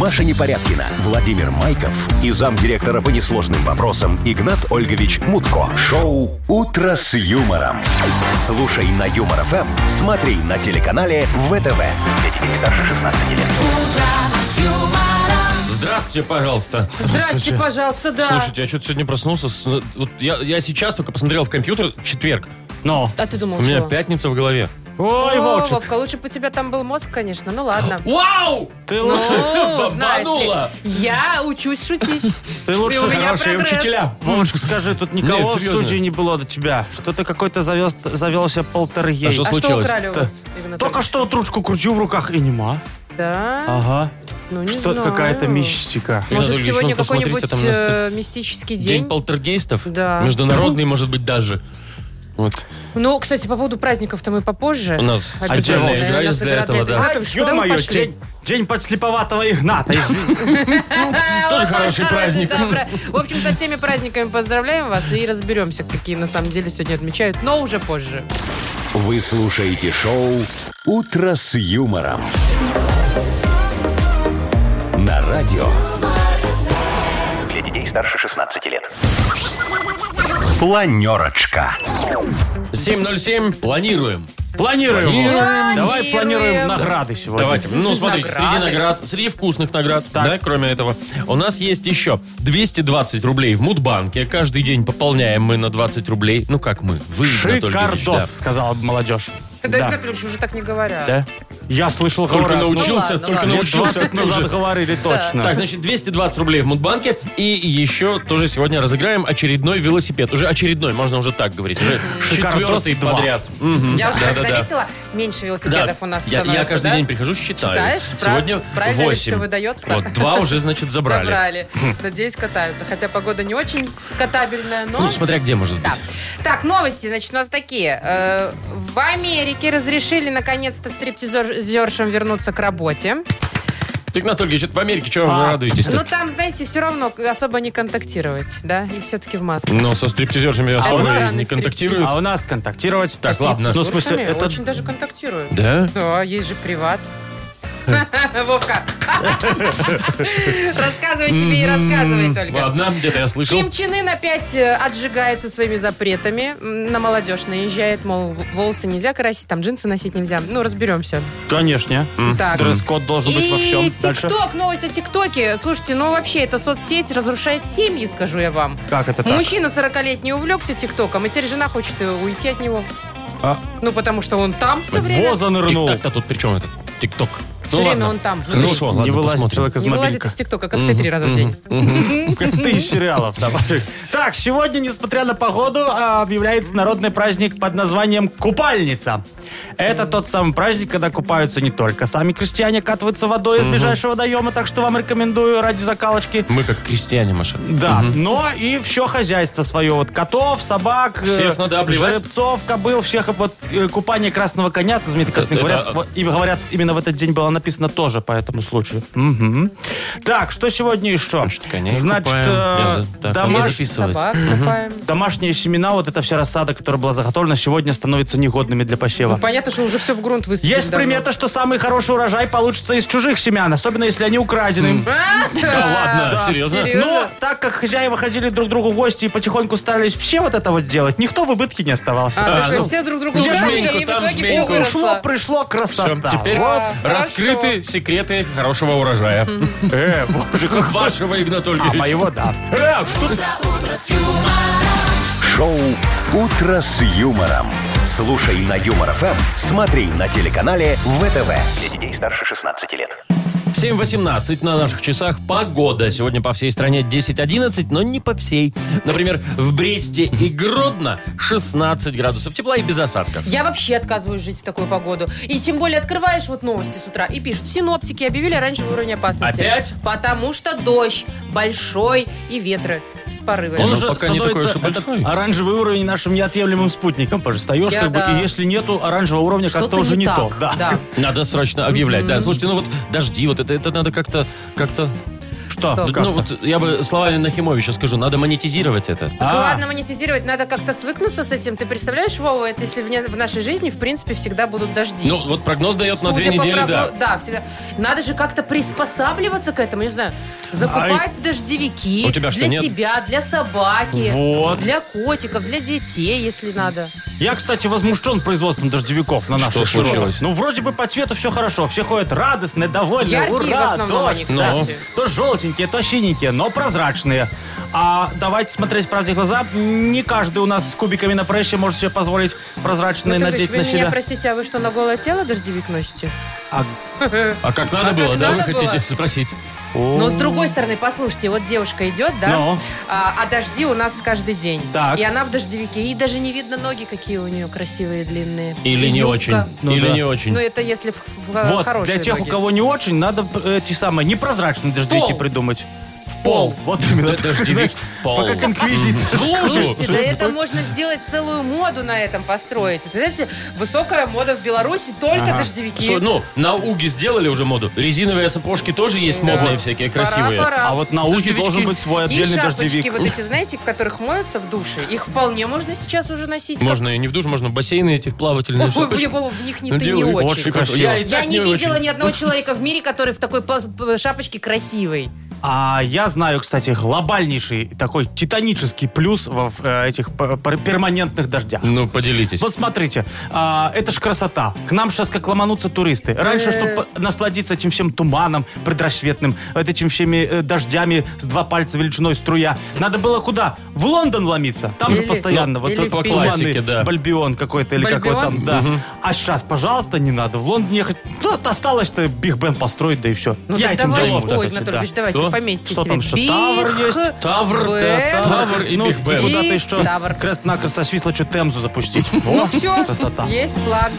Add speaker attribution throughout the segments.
Speaker 1: Маша Непорядкина, Владимир Майков и замдиректора по несложным вопросам Игнат Ольгович Мутко. Шоу «Утро с юмором». Слушай на Юмор ФМ, смотри на телеканале ВТВ. Для детей старше 16 лет.
Speaker 2: Здравствуйте, пожалуйста.
Speaker 3: Здравствуйте, пожалуйста, да.
Speaker 2: Слушайте, я что-то сегодня проснулся. с- вот я, я сейчас только посмотрел в компьютер четверг. Но
Speaker 3: А ты думал,
Speaker 2: у меня
Speaker 3: что?
Speaker 2: пятница в голове. Ой,
Speaker 3: О,
Speaker 2: Вовчик.
Speaker 3: Вовка, лучше бы у тебя там был мозг, конечно. Ну ладно.
Speaker 2: Вау! Ты
Speaker 3: Ну,
Speaker 2: лучше
Speaker 3: знаешь ли,
Speaker 2: бомбанула.
Speaker 3: я учусь шутить.
Speaker 4: Ты лучше
Speaker 3: И у меня
Speaker 2: Хорошие
Speaker 3: прогресс.
Speaker 2: учителя.
Speaker 4: Вовочка, скажи, тут никого
Speaker 2: Нет,
Speaker 4: в
Speaker 2: серьезно.
Speaker 4: студии не было до тебя. Что-то какой-то завез, завелся полтергейст.
Speaker 2: А что
Speaker 3: А что
Speaker 2: случилось?
Speaker 3: украли у вас, Игнат?
Speaker 4: Только что вот ручку кручу в руках и нема.
Speaker 2: А
Speaker 3: Да?
Speaker 4: Ага.
Speaker 3: Ну, не
Speaker 4: Что
Speaker 3: знаю.
Speaker 4: какая-то мистика.
Speaker 2: Игнат
Speaker 3: Может,
Speaker 2: Ольгович,
Speaker 3: сегодня
Speaker 2: ну, посмотрите,
Speaker 3: какой-нибудь
Speaker 2: там у нас
Speaker 3: э, мистический
Speaker 2: День,
Speaker 3: день?
Speaker 2: полтергейстов?
Speaker 3: Да.
Speaker 2: Международный, может быть, даже. Вот.
Speaker 3: Ну, кстати, по поводу праздников-то мы попозже.
Speaker 2: У нас
Speaker 3: Обязательно.
Speaker 2: специальная
Speaker 3: У
Speaker 2: игра
Speaker 3: нас
Speaker 2: есть для
Speaker 3: игра А,
Speaker 2: этого, да.
Speaker 3: Игната Ольговича. Куда мы
Speaker 4: Ё-моё,
Speaker 3: пошли?
Speaker 4: день, день подслеповатого Игната. извини.
Speaker 2: Тоже
Speaker 3: Вот
Speaker 2: хороший
Speaker 3: так,
Speaker 2: праздник.
Speaker 3: да, пра- В общем, со всеми праздниками поздравляем вас и разберемся, какие на самом деле сегодня отмечают, но уже позже.
Speaker 1: Вы слушаете шоу «Утро с юмором». На радио. Для детей старше 16 лет. Планерочка.
Speaker 2: 7.07. Планируем.
Speaker 4: Планируем.
Speaker 2: Планируем.
Speaker 4: Давай планируем
Speaker 3: Планируем.
Speaker 4: награды сегодня.
Speaker 2: Давайте. Ну, смотрите, среди
Speaker 3: Награды.
Speaker 2: наград, среди вкусных наград, да, кроме этого, у нас есть еще 220 рублей в Мудбанке. Каждый день пополняем мы на 20 рублей. Ну, как мы? Вы, Анатолий
Speaker 4: Шикардос,
Speaker 2: Юрьевич, да.
Speaker 4: сказала молодежь.
Speaker 3: Да,
Speaker 4: Да.
Speaker 3: Игнат Ольгович, уже так не говорят.
Speaker 4: Да. Я слышал,
Speaker 2: Только
Speaker 4: говорят,
Speaker 2: научился,
Speaker 3: Ну ладно,
Speaker 2: только
Speaker 3: ладно.
Speaker 4: лет
Speaker 2: научился.
Speaker 4: 20 назад говорили точно.
Speaker 2: Так, значит, 220 рублей в Мудбанке. И еще тоже сегодня разыграем очередной велосипед. Уже очередной, можно уже так говорить. Уже
Speaker 4: Шикардос
Speaker 2: четвертый
Speaker 4: два.
Speaker 2: подряд. Мгм.
Speaker 3: Я уже
Speaker 2: Да-да-да.
Speaker 3: заметила, меньше велосипедов у нас
Speaker 2: я,
Speaker 3: становится,
Speaker 2: я каждый
Speaker 3: да?
Speaker 2: день прихожу, считаю.
Speaker 3: Считаешь? Прав-
Speaker 2: Сегодня
Speaker 3: правильно ли
Speaker 2: 8.
Speaker 3: всё выдается?
Speaker 2: Вот, два уже, значит, забрали.
Speaker 3: Забрали. Надеюсь, катаются. Хотя погода не очень катабельная, но...
Speaker 2: Ну, смотря где, может быть.
Speaker 3: Да. Так, новости, значит, у нас такие. Э, В Америке разрешили наконец-то стриптизершам вернуться к работе.
Speaker 2: Игнат Ольгович, это в Америке, чего вы
Speaker 4: А.
Speaker 2: радуетесь?
Speaker 3: Но там, знаете, все равно особо не контактировать, да? И все-таки в маске.
Speaker 2: Ну, со стриптизершами особо
Speaker 3: а странный
Speaker 2: не
Speaker 3: стриптиз.
Speaker 2: контактируют.
Speaker 4: А у нас контактировать.
Speaker 2: Так, ладно.
Speaker 4: Ну, в
Speaker 3: С
Speaker 4: смысле,
Speaker 3: девушками
Speaker 4: это
Speaker 3: Очень даже контактируют.
Speaker 2: Да?
Speaker 3: Да, есть же приват.
Speaker 4: Э.
Speaker 3: Вовка. Рассказывай тебе и рассказывай только.
Speaker 2: Ладно, где-то я слышал.
Speaker 3: Ким Чен Ын опять э, отжигается своими запретами. М, На молодежь наезжает, мол, волосы нельзя красить, там джинсы носить нельзя. Ну, разберемся.
Speaker 4: Конечно.
Speaker 3: Так.
Speaker 4: Дресс-код должен быть во
Speaker 3: И
Speaker 4: всем. Дальше.
Speaker 3: ТикТок, новость о ТикТоке. Слушайте, ну вообще, эта соцсеть разрушает семьи, скажу я вам.
Speaker 4: Как это так?
Speaker 3: Мужчина 40-летний увлекся ТикТоком, и теперь жена хочет э, уйти от него.
Speaker 4: А?
Speaker 3: Ну, потому что он там все время.
Speaker 4: Воза нырнул.
Speaker 2: Тик-так-то тут при чем этот? Тик-ток.
Speaker 3: Все время он там.
Speaker 2: Хорошо, ладно,
Speaker 4: не вылазит
Speaker 2: посмотрим.
Speaker 4: человек ну из
Speaker 3: Не вылазит
Speaker 4: мобильника.
Speaker 3: из ТикТока, как ты три раза в день.
Speaker 4: Как ты из сериалов. давай. Так, сегодня, несмотря на погоду, а, объявляется народный праздник под названием «Купальница». Это тот самый праздник, когда купаются не только сами крестьяне, катаются водой из ближайшего водоема, так что вам рекомендую ради закалочки.
Speaker 2: Мы как крестьяне, Маша.
Speaker 4: Да, но и все хозяйство свое. Вот котов, собак, э,
Speaker 2: Всех надо обливать?
Speaker 4: жеребцов, кобыл, всех. Вот э, купание красного коня, это знаменитый красный
Speaker 2: Это-
Speaker 4: говорят,
Speaker 2: это-
Speaker 4: вот, и говорят, именно в этот день было написано тоже по этому случаю. Мгм. Так, что сегодня еще?
Speaker 2: Значит, коней
Speaker 4: Значит,
Speaker 2: купаем.
Speaker 4: э,
Speaker 2: Я за- так,
Speaker 4: домаш-
Speaker 2: надо записывать.
Speaker 3: Собак купаем.
Speaker 4: домашние семена, вот эта вся рассада, которая была заготовлена, сегодня становится негодными для посева.
Speaker 3: Ну, понятно, что уже все в грунт высадили.
Speaker 4: Есть
Speaker 3: давно.
Speaker 4: примета, что самый хороший урожай получится из чужих семян, особенно если они украдены.
Speaker 3: А?
Speaker 2: Ладно,
Speaker 4: да. Ну,
Speaker 2: серьезно?
Speaker 3: Серьезно?
Speaker 4: Но так как хозяева ходили друг к другу в гости и потихоньку старались все вот это вот делать, никто в убытке не оставался.
Speaker 3: А,
Speaker 2: А,
Speaker 3: то что,
Speaker 2: ну,
Speaker 3: все друг друга
Speaker 2: ну,
Speaker 3: украли,
Speaker 2: жменьку,
Speaker 3: и в
Speaker 2: там
Speaker 3: итоге все
Speaker 2: жменьку.
Speaker 4: Ушло,
Speaker 3: выросло.
Speaker 4: пришло,
Speaker 2: Всё,
Speaker 4: красота.
Speaker 2: теперь
Speaker 4: Вот.
Speaker 2: раскрыты
Speaker 3: хорошо.
Speaker 2: секреты хорошего урожая.
Speaker 4: Э, боже, как
Speaker 2: Вашего, Игнат
Speaker 4: А
Speaker 2: Ольгович.
Speaker 4: моего да.
Speaker 2: Э, что ты-
Speaker 1: Шоу «Утро с юмором». Слушай на Юмор ФМ, смотри на телеканале ВТВ. Для детей старше 16 лет.
Speaker 2: 7.18 на наших часах. Погода. Сегодня по всей стране 10-11, но не по всей. Например, в Бресте и Гродно 16 градусов тепла и без осадков.
Speaker 3: Я вообще отказываюсь жить в такую погоду. И тем более открываешь вот новости с утра и пишут. Синоптики объявили оранжевый уровень опасности.
Speaker 2: Опять?
Speaker 3: Потому что дождь большой и ветры с порывами.
Speaker 2: Он Ну, же пока не такой уж и
Speaker 4: становится
Speaker 2: большой.
Speaker 4: этот оранжевый уровень нашим неотъемлемым спутником. Потому что Встаешь,
Speaker 3: Я
Speaker 4: как бы,
Speaker 3: да.
Speaker 4: и если нету оранжевого уровня,
Speaker 3: Что-то
Speaker 4: как-то уже не,
Speaker 3: так,
Speaker 4: то. Да.
Speaker 2: Надо срочно объявлять. Да, слушайте, ну вот дожди, вот это, это надо как-то, как-то
Speaker 4: Что?
Speaker 3: Что?
Speaker 4: Ну,
Speaker 2: Ну,
Speaker 4: как
Speaker 2: ну,
Speaker 4: то?
Speaker 2: вот я бы словами Нахимовича скажу, надо монетизировать это.
Speaker 3: Так
Speaker 4: А.
Speaker 3: ладно, монетизировать, надо как-то свыкнуться с этим. Ты представляешь, Вова, это если в, не- в нашей жизни, в принципе, всегда будут дожди.
Speaker 2: Ну, вот прогноз дает на
Speaker 3: Судя
Speaker 2: две
Speaker 3: по
Speaker 2: недели, да.
Speaker 3: прогно- Да, всегда. Надо же как-то приспосабливаться к этому, не знаю, закупать дождевики
Speaker 2: А У тебя что,
Speaker 3: для
Speaker 2: нет?
Speaker 3: себя, для собаки,
Speaker 4: Вот.
Speaker 3: для котиков, для детей, если надо.
Speaker 4: Я, кстати, возмущен производством дождевиков на наших
Speaker 2: случилось?
Speaker 4: широтах. Ну, вроде бы по цвету все хорошо. Все ходят радостные, довольные.
Speaker 3: Яркие
Speaker 4: Ура,
Speaker 3: в основном
Speaker 4: дождь.
Speaker 3: они,
Speaker 4: да.
Speaker 3: кстати.
Speaker 4: То желтенькие, то синенькие, но прозрачные. А давайте смотреть правде в глаза. Не каждый у нас с кубиками на прессе может себе позволить прозрачные
Speaker 3: Анатольевич, Ну,
Speaker 4: Ну надеть
Speaker 3: вы
Speaker 4: на
Speaker 3: меня
Speaker 4: себя.
Speaker 3: простите, а вы что, на голое тело дождевик носите?
Speaker 4: А-
Speaker 2: А как надо
Speaker 3: А
Speaker 2: было,
Speaker 3: как
Speaker 2: да,
Speaker 3: надо
Speaker 2: вы хотите
Speaker 3: было?
Speaker 2: спросить?
Speaker 3: Но с другой стороны, послушайте, вот девушка идет, да,
Speaker 4: Ну.
Speaker 3: а, а дожди у нас каждый день.
Speaker 4: Так.
Speaker 3: И она в дождевике, и даже не видно ноги, какие у нее красивые, длинные.
Speaker 2: Или
Speaker 3: И
Speaker 2: не
Speaker 3: юбка.
Speaker 2: очень.
Speaker 4: Ну
Speaker 2: Или
Speaker 4: да.
Speaker 2: не очень.
Speaker 3: Ну, это если в, в- в
Speaker 4: Вот,
Speaker 3: хорошие
Speaker 4: для тех,
Speaker 3: ноги.
Speaker 4: у кого не очень, надо э, эти самые непрозрачные дождевики
Speaker 3: пол.
Speaker 4: придумать. В
Speaker 3: пол. А,
Speaker 4: Вот
Speaker 2: Да,
Speaker 4: именно.
Speaker 2: дождевик в пол.
Speaker 4: Как инквизиция.
Speaker 2: В лужу.
Speaker 3: Слушайте, да это можно сделать целую моду на этом построить. Ты знаете, высокая мода в Беларуси только
Speaker 4: Ага.
Speaker 3: дождевики.
Speaker 2: Что, ну, на Уге сделали уже моду. Резиновые сапожки тоже есть
Speaker 3: Да.
Speaker 2: модные всякие,
Speaker 3: Пора,
Speaker 2: красивые.
Speaker 3: пора.
Speaker 4: А вот на Уге
Speaker 2: Дождевички.
Speaker 4: должен быть свой
Speaker 3: и
Speaker 4: отдельный
Speaker 3: шапочки
Speaker 4: дождевик.
Speaker 3: вот эти, знаете, в которых моются в душе, их вполне можно сейчас уже носить. как-
Speaker 2: Можно и не в душ, можно в бассейны этих плавательных
Speaker 3: Ой,
Speaker 2: шапочек.
Speaker 3: Вова, в них не
Speaker 2: Ну,
Speaker 3: ты не
Speaker 2: делай.
Speaker 4: очень
Speaker 3: очень.
Speaker 4: красиво.
Speaker 2: Я, и
Speaker 3: Я
Speaker 2: так
Speaker 3: не видела
Speaker 2: очень.
Speaker 3: ни одного человека в мире, который в такой пос- п- шапочке красивый.
Speaker 4: А я знаю, кстати, глобальнейший такой титанический плюс во в, э, этих пер- пер- перманентных дождях.
Speaker 2: Ну, поделитесь.
Speaker 4: Вот смотрите, а, это ж красота. К нам сейчас как ломанутся туристы. Раньше,
Speaker 3: Э.
Speaker 4: чтобы насладиться этим всем туманом предрассветным, вот этим всеми э, дождями с два пальца величиной струя, надо было куда? В Лондон ломиться. Там же
Speaker 3: Или-
Speaker 4: постоянно
Speaker 3: ну,
Speaker 4: вот
Speaker 3: или
Speaker 4: этот
Speaker 2: в Питер.
Speaker 4: туманный
Speaker 2: Классике, да.
Speaker 4: Бальбион какой-то или
Speaker 3: Бальбион?
Speaker 4: какой там, да. А сейчас, пожалуйста, не надо в Лондон ехать. Ну, осталось-то Биг Бен построить, да и все.
Speaker 3: Ну,
Speaker 4: Я
Speaker 3: так
Speaker 4: этим
Speaker 3: давай-
Speaker 4: займусь.
Speaker 3: Ой,
Speaker 4: короче, да.
Speaker 3: Анатольевич, давайте
Speaker 2: Что?
Speaker 3: пометьте
Speaker 4: Что
Speaker 3: себе.
Speaker 4: там, что, тавр
Speaker 3: Биг,
Speaker 4: есть?
Speaker 2: Тавр,
Speaker 3: Б,
Speaker 2: да, Тавр и
Speaker 4: ну,
Speaker 2: Биг Бен.
Speaker 4: Куда-то
Speaker 3: И
Speaker 4: еще
Speaker 3: Тавр.
Speaker 4: крест-накрест со Свислочу Темзу запустить.
Speaker 3: Ну все,
Speaker 4: Красота.
Speaker 3: есть план.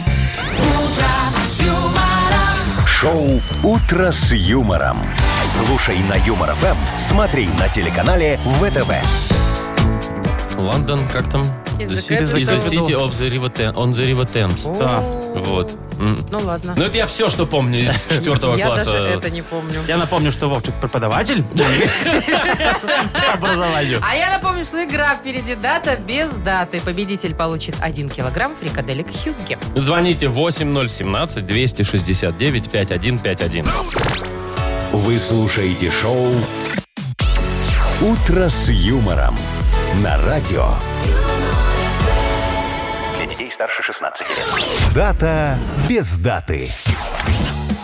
Speaker 1: Шоу «Утро с юмором». Слушай на Юмор ФМ, смотри на телеканале ВТВ.
Speaker 2: Лондон, как там?
Speaker 3: Is the
Speaker 2: city-
Speaker 3: capital.
Speaker 2: is the city of the river Thames- on the river Thames.
Speaker 4: Да.
Speaker 3: О,
Speaker 2: Вот. М.
Speaker 3: Ну ладно.
Speaker 2: Ну, это я все, что помню из четвертого
Speaker 3: Я
Speaker 2: класса.
Speaker 3: даже это не помню.
Speaker 4: Я напомню, что Вовчик преподаватель по образованию.
Speaker 3: А я напомню, что игра впереди дата без даты. Победитель получит 1 килограмм фрикаделек Хюгге.
Speaker 2: Звоните 8017-269-5151.
Speaker 1: Вы слушаете шоу «Утро с юмором» на радио. Для детей старше 16 лет. Дата без даты.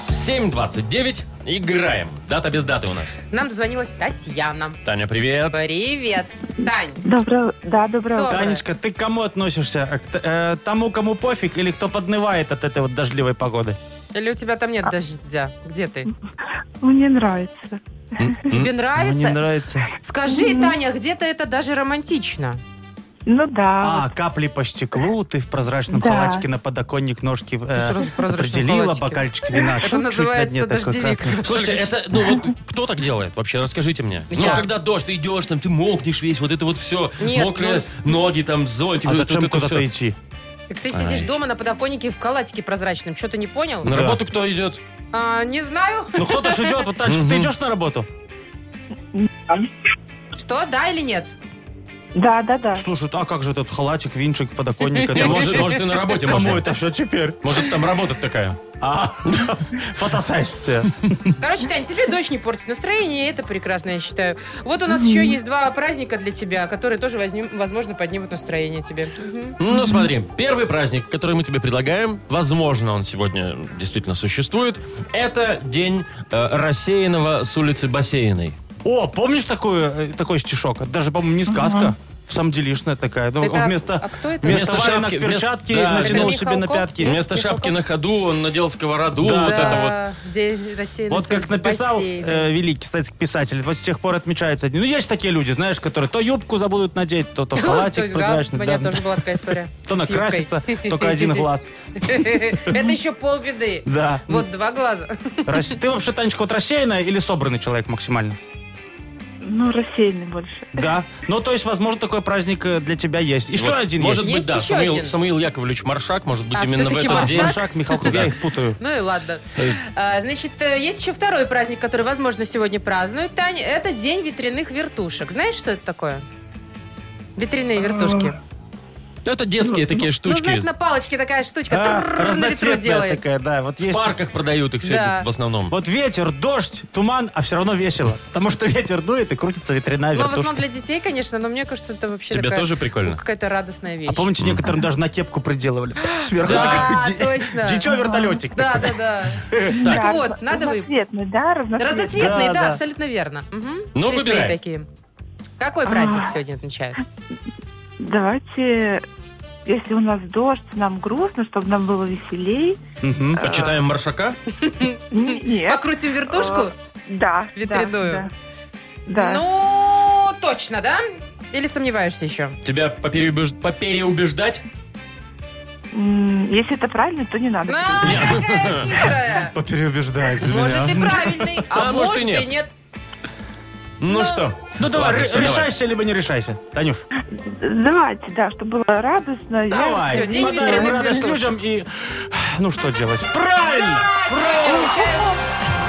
Speaker 2: 7.29. Играем. Дата без даты у нас.
Speaker 3: Нам дозвонилась Татьяна.
Speaker 2: Таня, привет.
Speaker 3: Привет, Тань.
Speaker 5: Доброе, да, доброе.
Speaker 3: Доброе.
Speaker 5: утро.
Speaker 4: Танечка, ты к кому относишься? К т- э, тому, кому пофиг, или кто поднывает от этой вот дождливой погоды?
Speaker 3: Или у тебя там нет дождя? Где ты?
Speaker 5: Мне нравится.
Speaker 2: М, м.
Speaker 3: Тебе
Speaker 4: Мне
Speaker 3: нравится?
Speaker 4: нравится.
Speaker 3: Скажи, Таня, где-то это даже романтично.
Speaker 5: Ну да.
Speaker 4: А, капли по стеклу, ты в прозрачном
Speaker 5: Да.
Speaker 4: халатик на подоконник ножки э,
Speaker 3: сразу в прозрачном
Speaker 4: определила,
Speaker 3: халатике.
Speaker 4: бокальчик вина.
Speaker 3: Это
Speaker 4: чуть-чуть на
Speaker 3: называется
Speaker 4: дне такой
Speaker 3: дождевик.
Speaker 4: красный.
Speaker 2: Слушайте, это, ну вот кто так делает вообще? Расскажите мне. Ну,
Speaker 3: Я.
Speaker 2: когда дождь, ты идешь, там ты мокнешь весь, вот это вот все.
Speaker 3: Нет, ну,
Speaker 2: Мокрые ноги, там зонтик.
Speaker 4: А
Speaker 2: вот
Speaker 4: зачем
Speaker 2: это
Speaker 4: куда-то
Speaker 2: всё.
Speaker 4: идти?
Speaker 3: Так ты сидишь дома на подоконнике в халатике прозрачном. Что ты не понял?
Speaker 2: На
Speaker 4: Да.
Speaker 2: работу кто идет?
Speaker 3: А, не знаю.
Speaker 4: Ну кто-то ж идет, вот Танечка, ты
Speaker 2: Мгм.
Speaker 4: идешь на работу?
Speaker 3: Что, да или нет?
Speaker 5: Да, да, да.
Speaker 4: Слушай, а как же этот халатик, винчик, подоконник? Это
Speaker 2: Да, Может,
Speaker 4: может-
Speaker 2: может, и на работе.
Speaker 4: Кому
Speaker 2: можно.
Speaker 4: это все теперь?
Speaker 2: Может, там работа такая.
Speaker 4: А, фотосессия.
Speaker 3: Короче, Тань, тебе дождь не портит настроение, и это прекрасно, я считаю. Вот у нас еще есть два праздника для тебя, которые тоже, возним- возможно, поднимут настроение тебе. Мгм.
Speaker 2: Ну, смотри, первый праздник, который мы тебе предлагаем, возможно, он сегодня действительно существует, это день э, рассеянного с улицы бассейной.
Speaker 4: О, помнишь такую, э, такой стишок? Это даже, по-моему, не сказка. В самом делишная такая. Ну,
Speaker 3: Это-
Speaker 4: вместо,
Speaker 3: а кто это?
Speaker 4: вместо,
Speaker 2: Вместо
Speaker 4: валенок
Speaker 2: шапки, вместо-
Speaker 4: перчатки
Speaker 2: да.
Speaker 4: натянул
Speaker 3: Это
Speaker 4: себе на
Speaker 3: Михалков?
Speaker 4: пятки.
Speaker 2: Вместо
Speaker 3: Михалков.
Speaker 2: шапки на ходу он надел сковороду,
Speaker 4: Да.
Speaker 2: вот это
Speaker 3: Да, День рассеянной
Speaker 4: Вот как
Speaker 3: солнца,
Speaker 4: написал
Speaker 3: бассейн.
Speaker 4: э, великий советский писатель, вот с тех пор отмечается. Ну, есть такие люди, знаешь, которые то юбку забудут надеть, то, то
Speaker 3: То
Speaker 4: халатик
Speaker 3: есть, да, У
Speaker 4: прозрачный,
Speaker 3: меня
Speaker 4: да.
Speaker 3: тоже была такая история.
Speaker 4: то
Speaker 3: С юбкой.
Speaker 4: накрасится, только один глаз.
Speaker 3: Это еще полбеды.
Speaker 4: Да.
Speaker 3: Вот два глаза.
Speaker 4: Рас- Ты вообще, Танечка, вот рассеянная или собранный человек максимально?
Speaker 5: Ну, рассеянный больше.
Speaker 4: Да. Ну, то есть, возможно, такой праздник э, для тебя есть. И что
Speaker 2: Вот.
Speaker 4: один
Speaker 2: Может быть,
Speaker 3: Есть
Speaker 4: есть?
Speaker 2: да.
Speaker 3: еще
Speaker 2: Самуил,
Speaker 3: один.
Speaker 2: Самуил Яковлевич Маршак, может быть,
Speaker 3: А,
Speaker 2: именно в
Speaker 3: всё-таки
Speaker 2: этот
Speaker 4: Там
Speaker 2: день.
Speaker 3: Маршак?
Speaker 4: Шаг, Михалков, я их путаю.
Speaker 3: Ну и ладно. А, значит, э, есть еще второй праздник, который, возможно, сегодня празднуют, Тань. Это День ветряных вертушек. Знаешь, что это такое? Ветряные вертушки.
Speaker 4: Эм,
Speaker 2: Это детские такие
Speaker 3: Ну,
Speaker 2: штучки.
Speaker 3: знаешь, на палочке такая штучка
Speaker 4: А,
Speaker 3: трррр, на ветру
Speaker 4: разноцветная
Speaker 3: делает.
Speaker 4: такая, да. Вот
Speaker 2: В
Speaker 4: есть.
Speaker 2: парках продают их все
Speaker 3: Да.
Speaker 2: это в основном.
Speaker 4: Вот ветер, дождь, туман, а все равно весело. Потому что ветер дует и крутится ветряная
Speaker 3: Ну, в основном
Speaker 4: вертушка.
Speaker 3: для детей, конечно, но мне кажется, это вообще
Speaker 2: Тебе
Speaker 3: такая,
Speaker 2: тоже прикольно?
Speaker 3: ну, какая-то радостная вещь.
Speaker 4: А помните, некоторым даже на кепку приделывали. Сверху
Speaker 2: Да,
Speaker 4: такой ди-
Speaker 3: точно.
Speaker 4: дичо вертолетик.
Speaker 3: Да, да, да. Так вот, надо вы...
Speaker 5: Разноцветный, да, разноцветный.
Speaker 3: Разноцветные,
Speaker 4: Да,
Speaker 3: да,
Speaker 4: да.
Speaker 3: абсолютно верно. Мгм.
Speaker 2: Ну,
Speaker 3: Цветные
Speaker 2: выбирай.
Speaker 3: такие. Какой
Speaker 5: А.
Speaker 3: праздник сегодня отмечают?
Speaker 5: Давайте, если у нас дождь, нам грустно, чтобы нам было веселей.
Speaker 4: Мгм.
Speaker 2: Почитаем Маршака.
Speaker 5: Н- Нет. А,
Speaker 3: Покрутим вертушку?
Speaker 5: Да.
Speaker 3: Ветряную.
Speaker 5: Да. да.
Speaker 3: Ну, точно, да? Или сомневаешься еще?
Speaker 2: Тебя попереубеж- попереубеждать?
Speaker 5: М, Если это правильно, то не надо.
Speaker 3: А, какая хитрая.
Speaker 4: Попереубеждается
Speaker 3: Может и
Speaker 4: меня.
Speaker 3: правильный,
Speaker 2: А
Speaker 3: а
Speaker 2: может,
Speaker 3: может
Speaker 2: и
Speaker 3: и
Speaker 2: нет.
Speaker 3: нет.
Speaker 2: Ну,
Speaker 3: Ну,
Speaker 2: что?
Speaker 4: Ну давай,
Speaker 2: Ладно,
Speaker 4: ре-
Speaker 2: всё, давай.
Speaker 4: решайся, либо не решайся. Танюш,
Speaker 5: Давайте, да, чтобы было радостно. Я-
Speaker 4: давай.
Speaker 3: всё, день
Speaker 4: Подарим
Speaker 3: ветряных
Speaker 4: радость
Speaker 3: вертушек.
Speaker 4: людям и... Ну что делать? Правильно!
Speaker 3: Сегодня отмечают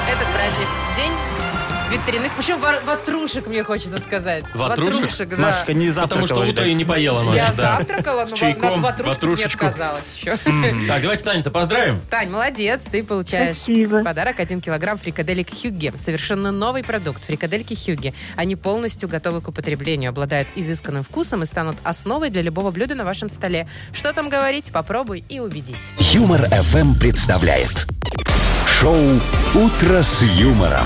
Speaker 3: этот праздник. День ветряных. Почему вар- ватрушек, мне хочется сказать.
Speaker 2: Ватрушек?
Speaker 3: да.
Speaker 4: Машечка не
Speaker 2: Потому что
Speaker 4: завтракала.
Speaker 2: утро и
Speaker 4: ребят.
Speaker 2: не поела ночью.
Speaker 3: Я
Speaker 2: да.
Speaker 3: завтракала,
Speaker 2: С
Speaker 3: но
Speaker 2: чайком,
Speaker 3: от ватрушек не
Speaker 2: ватрушечку.
Speaker 3: отказалась еще.
Speaker 2: Так, давайте Таню-то поздравим.
Speaker 3: Тань, молодец, ты получаешь
Speaker 5: Спасибо.
Speaker 3: подарок 1 килограмм фрикаделек Хюгге. Совершенно новый продукт фрикадельки Хюгге. Они полностью готовы к употреблению, обладают изысканным вкусом и станут основой для любого блюда на вашем столе. Что там говорить, попробуй и убедись.
Speaker 1: Юмор FM представляет шоу Утро с юмором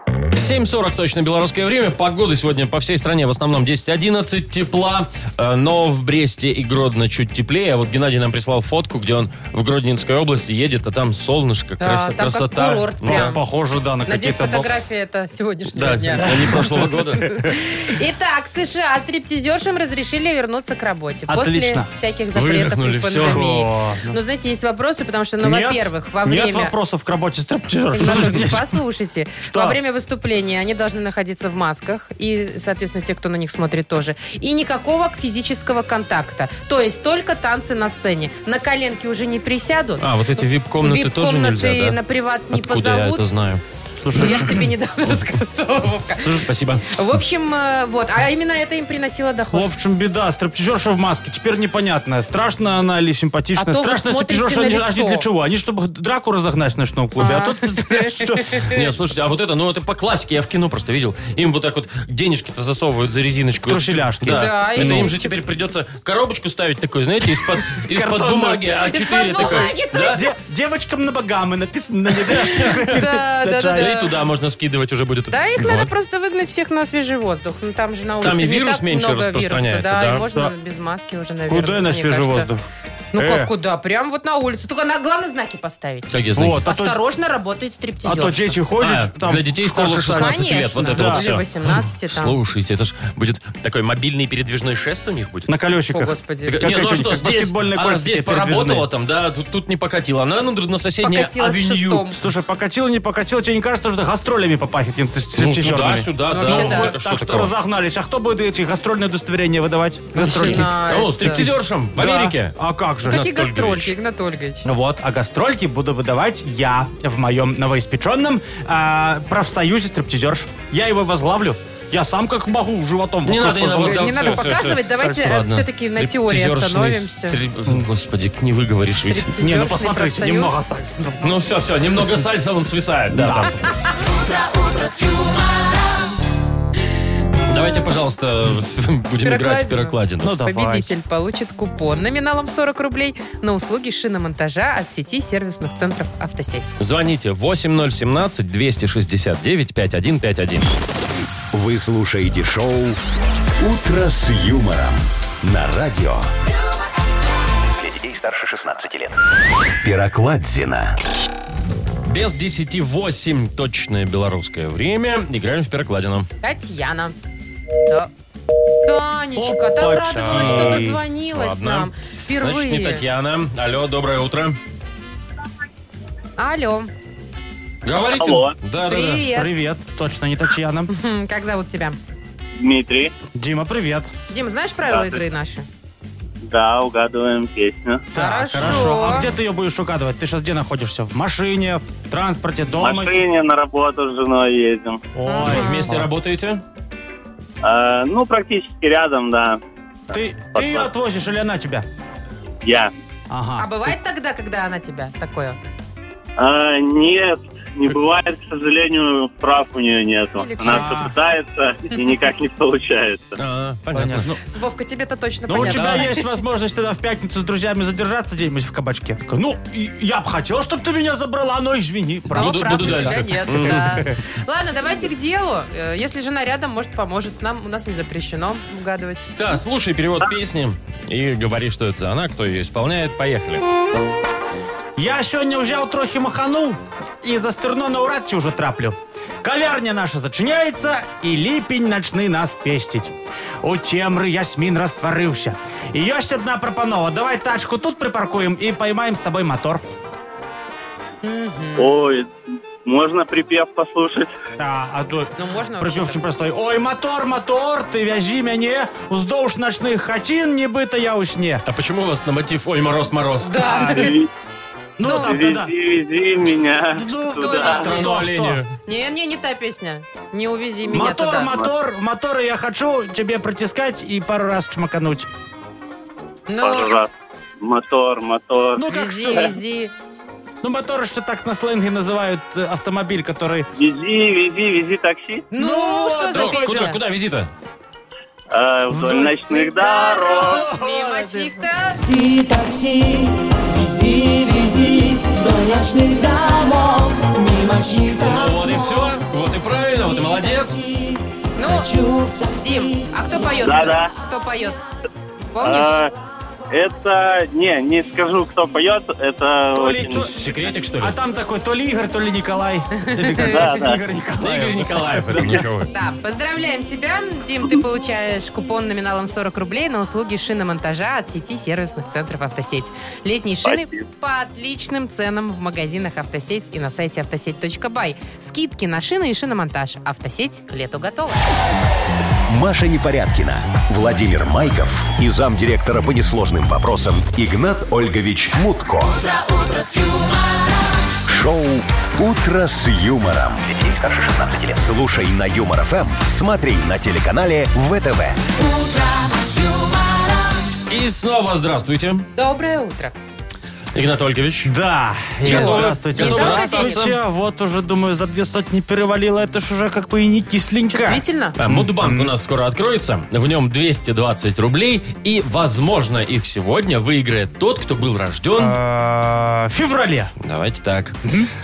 Speaker 2: 7.40 точно белорусское время. Погода сегодня по всей стране в основном 10-11 тепла, э, но в Бресте и Гродно чуть теплее. А вот Геннадий нам прислал фотку, где он в Гродненской области едет, а там солнышко,
Speaker 3: Да,
Speaker 2: крас-
Speaker 3: там как
Speaker 2: красота.
Speaker 3: курорт
Speaker 2: Ну,
Speaker 3: прям.
Speaker 4: Да, Похоже, да, на
Speaker 3: Надеюсь,
Speaker 4: какие-то... бал-
Speaker 3: фотография это сегодняшнего
Speaker 2: Да,
Speaker 3: дня.
Speaker 2: они прошлого года.
Speaker 3: Итак, в США стриптизершам разрешили вернуться к работе. После
Speaker 4: Отлично.
Speaker 3: всяких запретов
Speaker 2: Выдохнули,
Speaker 3: и
Speaker 2: всё.
Speaker 4: О,
Speaker 3: пандемии. Но знаете, есть вопросы, потому что, ну,
Speaker 4: Нет,
Speaker 3: во-первых, во
Speaker 4: Нет
Speaker 3: время...
Speaker 4: вопросов к работе стриптизера. Что
Speaker 3: Анатолий,
Speaker 4: же здесь?
Speaker 3: Послушайте,
Speaker 4: Что?
Speaker 3: во время выступления они должны находиться в масках, и, соответственно, те, кто на них смотрит, тоже. И никакого физического контакта. То есть только танцы на сцене. На коленки уже не присядут.
Speaker 2: А, вот эти вип-комнаты тоже
Speaker 3: Вип-комнаты
Speaker 2: нельзя, да?
Speaker 3: на приват не
Speaker 2: Откуда я
Speaker 3: позовут.
Speaker 2: это знаю?
Speaker 3: Ну, я же тебе недавно рассказывала, Вовка.
Speaker 2: Спасибо.
Speaker 3: В общем, э, вот. А именно это им приносило
Speaker 4: В
Speaker 3: доход.
Speaker 4: общем, беда. Стриптизерша в маске. Теперь непонятно, страшна она или симпатичная.
Speaker 3: А то вы
Speaker 4: Страшная
Speaker 3: смотрите
Speaker 4: стриптизерша
Speaker 3: на
Speaker 4: они- они
Speaker 3: лицо.
Speaker 4: для чего? Они чтобы драку разогнать в ночном клубе. А,
Speaker 3: А.
Speaker 4: тут, представляешь, что...
Speaker 2: Нет, слушайте, а вот это, ну это по классике, я в кино просто видел. Им вот так вот денежки-то засовывают за резиночку.
Speaker 4: В труселяшки.
Speaker 2: Да,
Speaker 3: Да,
Speaker 2: это
Speaker 3: и-
Speaker 2: им же теперь придется коробочку ставить такой, знаете, из-под из-под
Speaker 4: Картонную.
Speaker 2: бумаги А4
Speaker 3: Из-под
Speaker 2: такой.
Speaker 3: бумаги,
Speaker 2: Да,
Speaker 4: Де- Девочкам на богамы написано. на недорожке.
Speaker 3: Да, да, да,
Speaker 2: Да
Speaker 3: да.
Speaker 2: и туда можно скидывать уже будет.
Speaker 3: Да, их
Speaker 2: Вот.
Speaker 3: надо просто выгнать всех на свежий воздух. Ну, там же на улице
Speaker 2: Там и
Speaker 3: не
Speaker 2: вирус
Speaker 3: так
Speaker 2: меньше
Speaker 3: много
Speaker 2: распространяется,
Speaker 3: вируса, да,
Speaker 2: да.
Speaker 3: и можно
Speaker 4: Да.
Speaker 3: без маски уже, наверное.
Speaker 4: Куда на
Speaker 3: мне
Speaker 4: свежий
Speaker 3: кажется.
Speaker 4: воздух?
Speaker 3: Ну
Speaker 4: Э.
Speaker 3: как куда? Прям вот на улицу. Только на главное знаки поставить.
Speaker 2: Какие знаки?
Speaker 4: Вот, а то,
Speaker 3: Осторожно работает стриптизерша.
Speaker 4: а то дети
Speaker 2: А,
Speaker 4: ходят. там
Speaker 2: для детей
Speaker 4: в школу
Speaker 2: старше
Speaker 4: сами.
Speaker 2: 16 лет, вот это
Speaker 3: Конечно. Ну,
Speaker 2: вот
Speaker 3: Или
Speaker 2: всё.
Speaker 3: 18 там.
Speaker 2: Слушайте, это ж будет такой мобильный передвижной шест у них будет.
Speaker 4: На
Speaker 3: О,
Speaker 4: колесиках.
Speaker 3: господи.
Speaker 4: Как
Speaker 2: Не, ну а
Speaker 4: эти,
Speaker 2: что,
Speaker 4: как
Speaker 2: здесь,
Speaker 4: баскетбольный
Speaker 2: она
Speaker 4: корт
Speaker 2: здесь
Speaker 4: такие передвижные.
Speaker 2: поработала там, да, тут, тут не покатила. Она ну, на соседнее
Speaker 3: Покатила с
Speaker 2: авеню.
Speaker 3: шестом.
Speaker 4: Слушай, покатил, не покатил, тебе не кажется, что это гастролями попахивает? каким-то
Speaker 2: Ну,
Speaker 4: стриптизерными?
Speaker 2: туда-сюда,
Speaker 3: Ну,
Speaker 2: да.
Speaker 3: вообще
Speaker 2: Ну,
Speaker 3: да.
Speaker 2: вот
Speaker 4: Вот
Speaker 2: это
Speaker 4: так что
Speaker 2: такого?
Speaker 4: разогнались. А кто будет эти гастрольные удостоверения выдавать? Гастрольки.
Speaker 3: Начинается.
Speaker 2: О, Ну, стриптизершам в
Speaker 4: Да.
Speaker 2: Америке.
Speaker 4: А как же?
Speaker 3: Какие
Speaker 2: Игнат Ольгович.
Speaker 3: гастрольки, Игнат Ольгович?
Speaker 4: Вот, а гастрольки буду выдавать я в моем новоиспеченном а, профсоюзе стриптизерш. Я его возглавлю. Я сам как могу, животом.
Speaker 2: Не
Speaker 4: вокруг
Speaker 2: надо, не надо,
Speaker 4: позвоню.
Speaker 2: вот, да,
Speaker 3: Не
Speaker 2: всё,
Speaker 3: надо
Speaker 2: всё,
Speaker 3: показывать,
Speaker 2: всё.
Speaker 3: давайте, э,
Speaker 2: Ладно.
Speaker 3: все-таки на
Speaker 2: Стриптизершный
Speaker 3: теории остановимся.
Speaker 2: стрип- Господи, не выговоришь ведь.
Speaker 3: Стриптизершный
Speaker 4: Не, ну посмотрите,
Speaker 3: профсоюз.
Speaker 4: немного совестно.
Speaker 2: Ну все, все, немного сальса он свисает. Да, там. Давайте, пожалуйста, будем играть в
Speaker 3: Пирокладину.
Speaker 2: пирокладину.
Speaker 4: Ну давайте.
Speaker 3: Победитель получит купон номиналом 40 рублей на услуги шиномонтажа от сети сервисных центров «Автосеть».
Speaker 2: Звоните 8017-269-5151.
Speaker 1: Вы слушаете шоу Утро с юмором на радио.
Speaker 6: Для детей старше 16 лет.
Speaker 1: Пирокладзина.
Speaker 2: Без 10-8 точное белорусское время. Играем в пирокладину.
Speaker 3: Татьяна. Да. Танечка, так
Speaker 4: Опача.
Speaker 3: радовалась, что дозвонилась
Speaker 2: Ладно.
Speaker 3: нам.
Speaker 2: Значит, не
Speaker 3: Впервые.
Speaker 2: Татьяна. Алло, доброе утро.
Speaker 3: Алло.
Speaker 2: Говорите.
Speaker 7: Алло.
Speaker 2: Да, да, да.
Speaker 3: Привет.
Speaker 4: Привет, точно не Татьяна.
Speaker 3: Хм, Как зовут тебя?
Speaker 7: Дмитрий.
Speaker 4: Дима, привет.
Speaker 3: Дим, знаешь правила
Speaker 7: Да,
Speaker 3: игры наши?
Speaker 7: Да, угадываем песню.
Speaker 4: Так, хорошо. А где ты ее будешь угадывать? Ты сейчас где находишься? В машине, в транспорте,
Speaker 7: В
Speaker 4: дома?
Speaker 7: машине на работу с женой едем.
Speaker 4: Ой,
Speaker 2: Вы вместе работаете?
Speaker 7: Э, ну, практически рядом, да.
Speaker 4: Ты, ты ее отвозишь или она тебя?
Speaker 7: Я.
Speaker 3: А
Speaker 4: Ага.
Speaker 3: бывает тогда, когда она тебя такое?
Speaker 7: Э, нет, не бывает, к сожалению, прав у нее нету.
Speaker 3: Или к
Speaker 7: Она
Speaker 4: счастью.
Speaker 7: все пытается и никак не получается.
Speaker 2: А,
Speaker 4: Понятно.
Speaker 2: Ну,
Speaker 3: Вовка, тебе-то точно
Speaker 4: Ну, у
Speaker 3: понятно.
Speaker 4: тебя есть возможность тогда в пятницу с друзьями задержаться где-нибудь в кабачке. Такой, ну, и- я бы хотел, чтобы ты меня забрала, но извини.
Speaker 3: Кого
Speaker 2: Буду-
Speaker 3: прав,
Speaker 2: буду
Speaker 3: А у тебя
Speaker 2: дальше.
Speaker 3: нет, да. Ладно, давайте к делу. Э, Если жена рядом, может, поможет нам. У нас не запрещено угадывать.
Speaker 2: Да, слушай перевод песни и говори, что это за она, кто ее исполняет. Поехали.
Speaker 4: Я сегодня взял трохи маханул и за стерно на уратці уже траплю. Кавярня наша зачиняється, і ліпінь ночний нас пестить. У темры ясмін растворився. І ёсць одна пропанова. Давай тачку тут припаркуем и поймаем с тобой мотор.
Speaker 7: Ой, можно припев послушать?
Speaker 4: Да, а то...
Speaker 3: Ну, можно
Speaker 4: Причем
Speaker 3: вообще
Speaker 4: очень простой. Ой, мотор, мотор, ты вяжи мяне, уздовж ночных хатин, небыто я усне.
Speaker 2: А почему у вас на мотив «Ой, мороз, мороз»?
Speaker 3: Да.
Speaker 7: Вези,
Speaker 4: Ну, там, Э, да, да.
Speaker 7: вези меня туда.
Speaker 4: Ну, кто
Speaker 2: Страну
Speaker 4: Кто,
Speaker 2: оленю.
Speaker 3: Не, не, не та песня. Не увези меня
Speaker 4: Мотор,
Speaker 3: туда.
Speaker 4: мотор, мотор, я хочу тебе протискать и пару раз чмакануть.
Speaker 3: Ну,
Speaker 7: Пожалуйста. Мотор, мотор.
Speaker 4: Ну, как
Speaker 3: вези,
Speaker 4: что?
Speaker 3: вези.
Speaker 4: Ну, мотор, что так на сленге называют э, автомобиль, который...
Speaker 7: Вези, вези, вези такси
Speaker 3: Ну,
Speaker 4: Ну,
Speaker 3: что за
Speaker 4: друг,
Speaker 2: Куда,
Speaker 3: песня?
Speaker 2: куда, куда визита?
Speaker 7: э, вдоль
Speaker 4: Вдоль-
Speaker 7: ночных дорог.
Speaker 3: Мимо чьих-то.
Speaker 8: Такси, такси, вези, вези до ночных домов, мимо чьих-то
Speaker 2: Ну вот и все, вот и правильно, вот и молодец.
Speaker 3: Ну,
Speaker 8: Хочу в такси.
Speaker 3: Дим, а кто поет?
Speaker 7: Да-да.
Speaker 3: Кто поет? Помнишь?
Speaker 7: А, это, не, не скажу, кто поет, это
Speaker 4: То ли-
Speaker 7: очень...
Speaker 4: то-
Speaker 2: Секретик, что ли?
Speaker 4: А там такой то ли Игорь, то ли Николай. Или как?
Speaker 7: Да, да.
Speaker 4: Игорь
Speaker 2: Игорь
Speaker 4: Николаев.
Speaker 2: Николаев, это ничего.
Speaker 3: Да, поздравляем тебя, Дим, ты получаешь купон номиналом 40 рублей на услуги шиномонтажа от сети сервисных центров «Автосеть». Летние шины
Speaker 7: Спасибо.
Speaker 3: по отличным ценам в магазинах «Автосеть» и на сайте автосеть.бай. Скидки на шины и шиномонтаж. «Автосеть» к лету готова.
Speaker 1: Маша Непорядкина, Владимир Майков и замдиректора по несложным вопросам Игнат Ольгович Мутко. Шоу Утро с юмором. Для детей старше 16 лет. Слушай на юмор ФМ, смотри на телеканале ВТВ.
Speaker 2: И снова здравствуйте,
Speaker 3: Доброе утро.
Speaker 2: Игнат Ольгович.
Speaker 4: Да, и
Speaker 2: Чего?
Speaker 4: здравствуйте.
Speaker 3: Чего
Speaker 4: Здравствуйте.
Speaker 2: хотите?
Speaker 4: Вот уже, думаю, за две сотни перевалило. Это ж уже как бы и не кислинка.
Speaker 3: Действительно?
Speaker 2: А, Мудбанк у нас скоро откроется. В нем 220 рублей. И, возможно, их сегодня выиграет тот, кто был рожден.
Speaker 4: Э, В феврале.
Speaker 2: Давайте так.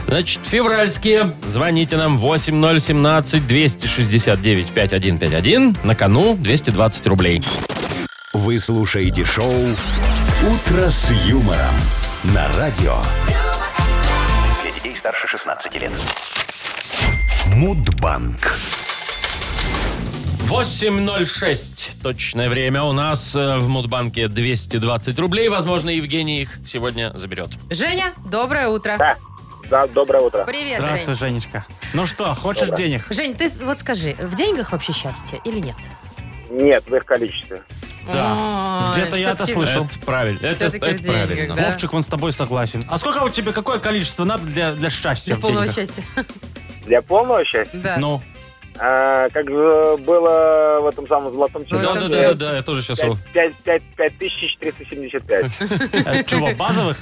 Speaker 2: Значит, февральские. Звоните нам 8017-269-5151. На кону 220 рублей.
Speaker 1: Вы слушаете шоу Утро с юмором на радио
Speaker 6: Для детей старше 16 лет.
Speaker 1: Мудбанк.
Speaker 2: 8.06. Точное время у нас э, в Мудбанке 220 рублей. Возможно, Евгений их сегодня заберет.
Speaker 3: Женя, доброе утро.
Speaker 9: Да, доброе утро.
Speaker 3: Привет,
Speaker 4: Здравствуй, Женечка. Ну что, хочешь денег?
Speaker 3: Жень. Жень, ты вот скажи, в деньгах вообще счастье или нет?
Speaker 9: Нет, в их количестве.
Speaker 4: Да.
Speaker 3: Ой,
Speaker 4: Где-то я это
Speaker 3: всё-таки-
Speaker 4: слышал.
Speaker 2: Это правильно. Это,
Speaker 3: Всё-таки
Speaker 2: это
Speaker 3: в деньгах,
Speaker 2: правильно.
Speaker 3: да.
Speaker 4: Вовчик, он с тобой согласен. А сколько у тебя, какое количество надо для, для счастья
Speaker 3: Для
Speaker 4: в
Speaker 3: полного
Speaker 4: деньгах?
Speaker 3: счастья.
Speaker 9: Для полного счастья,
Speaker 3: Да.
Speaker 4: Ну,
Speaker 9: а, как же было в этом самом золотом
Speaker 3: Ну,
Speaker 2: Да,
Speaker 9: цене,
Speaker 2: да,
Speaker 3: это
Speaker 2: да, да, я тоже сейчас... его-
Speaker 9: 5475.
Speaker 4: э, чего, базовых?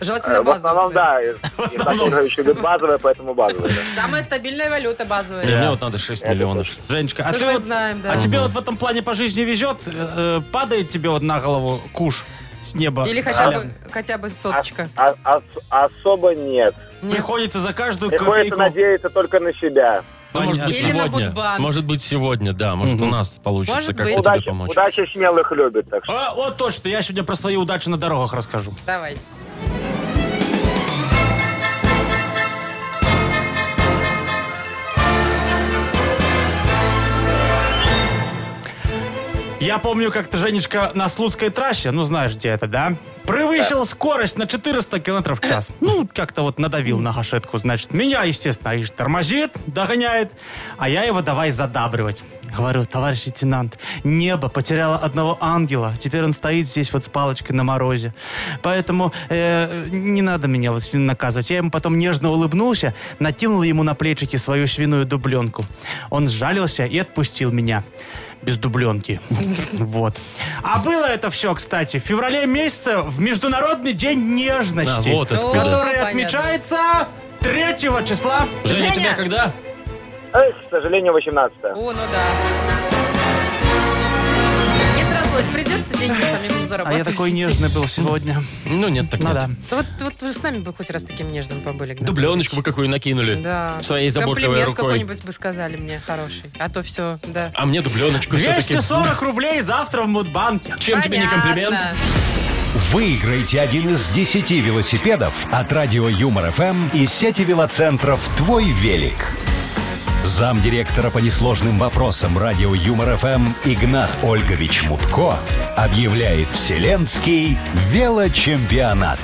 Speaker 3: Желательно
Speaker 9: Э, В основном,
Speaker 3: базовую.
Speaker 9: да. и- и так уже еще говорит, базовая, поэтому базовая. да.
Speaker 3: Самая стабильная валюта базовая.
Speaker 2: Мне вот надо 6 миллионов.
Speaker 4: Женечка, а
Speaker 3: Тоже
Speaker 4: ты
Speaker 3: мы
Speaker 4: вот-
Speaker 3: знаем, да.
Speaker 4: А тебе вот в этом плане по жизни везет, э, э, падает тебе вот на голову куш с неба.
Speaker 3: Или хотя
Speaker 4: А,
Speaker 3: бы, хотя бы соточка.
Speaker 9: А- а- ос- Особо нет.
Speaker 3: Нет.
Speaker 4: Приходится за каждую
Speaker 9: Приходится
Speaker 4: копейку.
Speaker 9: надеяться только на себя.
Speaker 2: Да, может быть,
Speaker 3: Или на
Speaker 2: сегодня.
Speaker 3: Будбанк.
Speaker 2: Может быть, сегодня, да. Может, у
Speaker 4: Мгм.
Speaker 2: нас получится
Speaker 3: Может
Speaker 2: как-то
Speaker 3: быть.
Speaker 2: тебе
Speaker 9: Удача,
Speaker 2: помочь.
Speaker 9: удача смелых любит, так что.
Speaker 4: А, вот точно, я сегодня про свои удачи на дорогах расскажу.
Speaker 3: Давайте.
Speaker 4: Я помню, как-то Женечка на Слуцкой трассе, ну знаешь, где это, да? Превысил скорость на 400 километров в час. Ну, как-то вот надавил на гашетку, значит. Меня, естественно, Аиш тормозит, догоняет. А я его давай задабривать. Говорю, товарищ лейтенант, небо потеряло одного ангела. Теперь он стоит здесь вот с палочкой на морозе. Поэтому э, не надо меня вот сильно наказывать. Я ему потом нежно улыбнулся, накинул ему на плечики свою свиную дубленку. Он сжалился и отпустил меня. Без дубленки. Вот. А было это все, кстати, в феврале месяце в Международный день нежности.
Speaker 2: Да, вот
Speaker 3: Ну,
Speaker 2: откуда.
Speaker 4: Который
Speaker 3: Понятно.
Speaker 4: отмечается 3 числа.
Speaker 2: Женя,
Speaker 3: Женя!
Speaker 2: тебе когда?
Speaker 9: Эх, к сожалению, 18
Speaker 3: О, ну да. Не срослось, придется деньги самим
Speaker 4: А
Speaker 3: заработать.
Speaker 4: я такой нежный был сегодня.
Speaker 2: Ну нет, так
Speaker 4: Ну
Speaker 2: нет.
Speaker 4: да.
Speaker 3: Да Вот, вот вы с нами бы хоть раз таким нежным побыли. Гнат.
Speaker 2: Дубленочку вы какую накинули.
Speaker 3: Да.
Speaker 2: Своей заботливой
Speaker 3: Комплимент
Speaker 2: рукой.
Speaker 3: какой-нибудь бы сказали мне хороший. А то все, да.
Speaker 2: А мне дубленочку все-таки.
Speaker 4: 240 рублей завтра в Мудбанке.
Speaker 2: Чем А тебе не комплимент?
Speaker 3: Понятно.
Speaker 1: Выиграйте один из 10 велосипедов от радио Юмор ФМ и сети велоцентров «Твой велик». Замдиректора по несложным вопросам радио Юмор ФМ Игнат Ольгович Мутко объявляет Вселенский велочемпионат.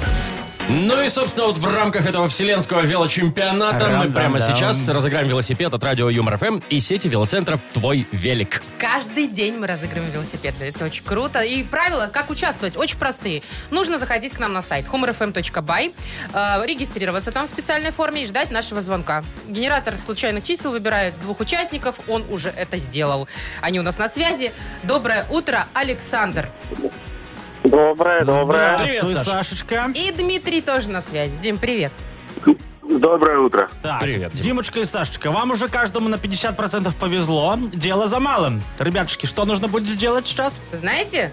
Speaker 2: Ну и, собственно, вот в рамках этого вселенского велочемпионата мы
Speaker 4: Рам-дам-дам.
Speaker 2: прямо сейчас разыграем велосипед от радио Юмор ФМ и сети велоцентров «Твой велик».
Speaker 3: Каждый день мы разыгрываем велосипеды. Это очень круто. И правила, как участвовать, очень простые. Нужно заходить к нам на сайт humorfm.by, э, регистрироваться там в специальной форме и ждать нашего звонка. Генератор случайных чисел выбирает двух участников. Он уже это сделал. Они у нас на связи. Доброе утро, Александр.
Speaker 9: Доброе, доброе.
Speaker 2: Привет,
Speaker 4: Здравствуй,
Speaker 2: Саш.
Speaker 4: Сашечка.
Speaker 3: И Дмитрий тоже на связи. Дим, привет.
Speaker 9: Доброе утро.
Speaker 4: Так,
Speaker 2: Привет, Дима.
Speaker 4: Димочка и Сашечка, вам уже каждому на 50% повезло. Дело за малым. Ребятушки, что нужно будет сделать сейчас?
Speaker 3: Знаете?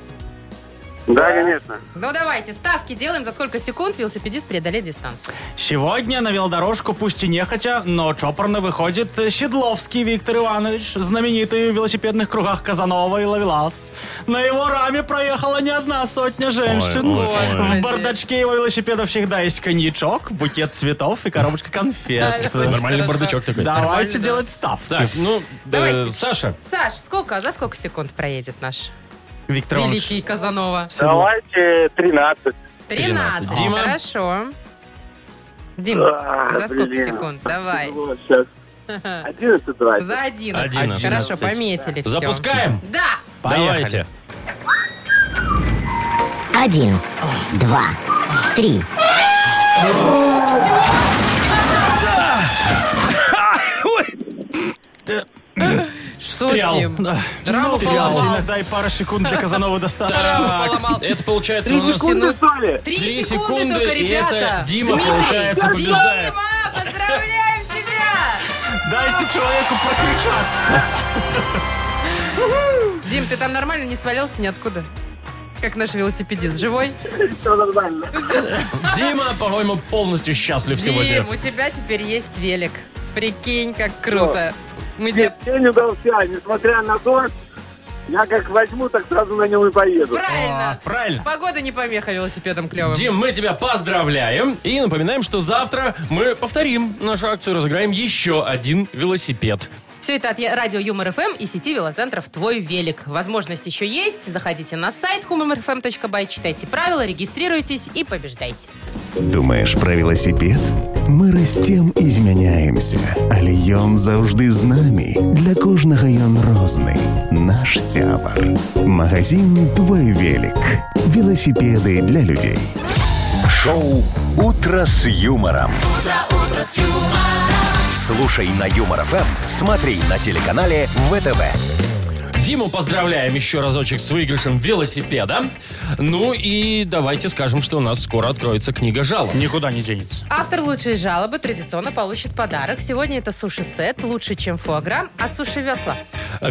Speaker 9: Да, конечно.
Speaker 3: Ну давайте, ставки делаем, за сколько секунд велосипедист преодолеет дистанцию.
Speaker 2: Э,
Speaker 4: Сегодня на велодорожку, пусть и нехотя, но чопорно выходит Щедловский Виктор Иванович, знаменитый в велосипедных кругах Казанова и Лавелас. На его раме проехала не одна сотня женщин.
Speaker 2: Ой, ой,
Speaker 3: ой.
Speaker 4: В бардачке его велосипеда всегда есть коньячок, букет цветов и коробочка конфет.
Speaker 3: Да, очень
Speaker 2: Нормальный
Speaker 3: хорошо.
Speaker 2: бардачок такой.
Speaker 4: Давайте
Speaker 3: да.
Speaker 4: делать ставки.
Speaker 2: Так, ну, э,
Speaker 3: Давайте.
Speaker 2: Саша,
Speaker 3: Саш, сколько, за сколько секунд проедет наш
Speaker 4: Виктор Иванович.
Speaker 3: великий Казанова?
Speaker 9: Давайте 13.
Speaker 3: 13.
Speaker 2: Тринадцать. Дима?
Speaker 3: Хорошо. Дим,
Speaker 9: А,
Speaker 3: за сколько
Speaker 9: блин.
Speaker 3: секунд? Давай.
Speaker 9: Вот сейчас. 11
Speaker 3: За 11.
Speaker 2: Одиннадцать.
Speaker 3: Хорошо, пометили все.
Speaker 2: запускаем.
Speaker 3: Да!
Speaker 4: Поехали.
Speaker 2: Давайте.
Speaker 10: Один, два, три.
Speaker 3: Что
Speaker 2: Встрял.
Speaker 3: с ним?
Speaker 4: Да.
Speaker 3: Раму
Speaker 4: Смотри, Алла,
Speaker 3: поломал.
Speaker 4: Иногда и пара секунд для Казанова достаточно.
Speaker 3: поломал.
Speaker 2: Так, это получается у нас
Speaker 3: секунды,
Speaker 9: что ли?
Speaker 3: Три
Speaker 2: Три
Speaker 3: секунды,
Speaker 2: секунды,
Speaker 3: только,
Speaker 2: и
Speaker 3: ребята.
Speaker 2: это Дима,
Speaker 3: Дмитрий,
Speaker 2: получается, побеждает.
Speaker 3: Дима, поздравляем тебя!
Speaker 4: Дайте человеку прокричаться.
Speaker 3: Дим, ты там нормально не свалился ниоткуда? Как наш велосипедист, живой?
Speaker 2: Дима, по-моему, полностью счастлив сегодня.
Speaker 3: Дим, у тебя теперь есть велик. Прикинь, как круто. Мы тебе
Speaker 9: День удался, несмотря на то, я как возьму, так сразу на нем и поеду.
Speaker 3: правильно.
Speaker 4: Правильно.
Speaker 3: Погода не помеха велосипедом клевым.
Speaker 2: Дим, мы тебя поздравляем и напоминаем, что завтра мы повторим нашу акцию, разыграем еще один велосипед.
Speaker 3: Все это от Я- радио Юмор ФМ и сети велоцентров «Твой велик». Возможность еще есть. Заходите на сайт humorfm.by, читайте правила, регистрируйтесь и побеждайте.
Speaker 11: Думаешь про велосипед? Мы растем и змяняемся, але ён заўжды А з намі. Для кожнага ён розны. Наш сябар. Магазин «Твой велик». Велосипеды для людей.
Speaker 1: Шоу «Утро с юмором». Слушай на Юмор ФМ, смотри на телеканале ВТВ.
Speaker 2: Диму поздравляем еще разочек с выигрышем велосипеда. Ну и давайте скажем, что у нас скоро откроется книга жалоб.
Speaker 4: Никуда не денется.
Speaker 3: Автор лучшей жалобы традиционно получит подарок. Сегодня это суши-сет «Лучше, чем фуагра» от Суши Весла.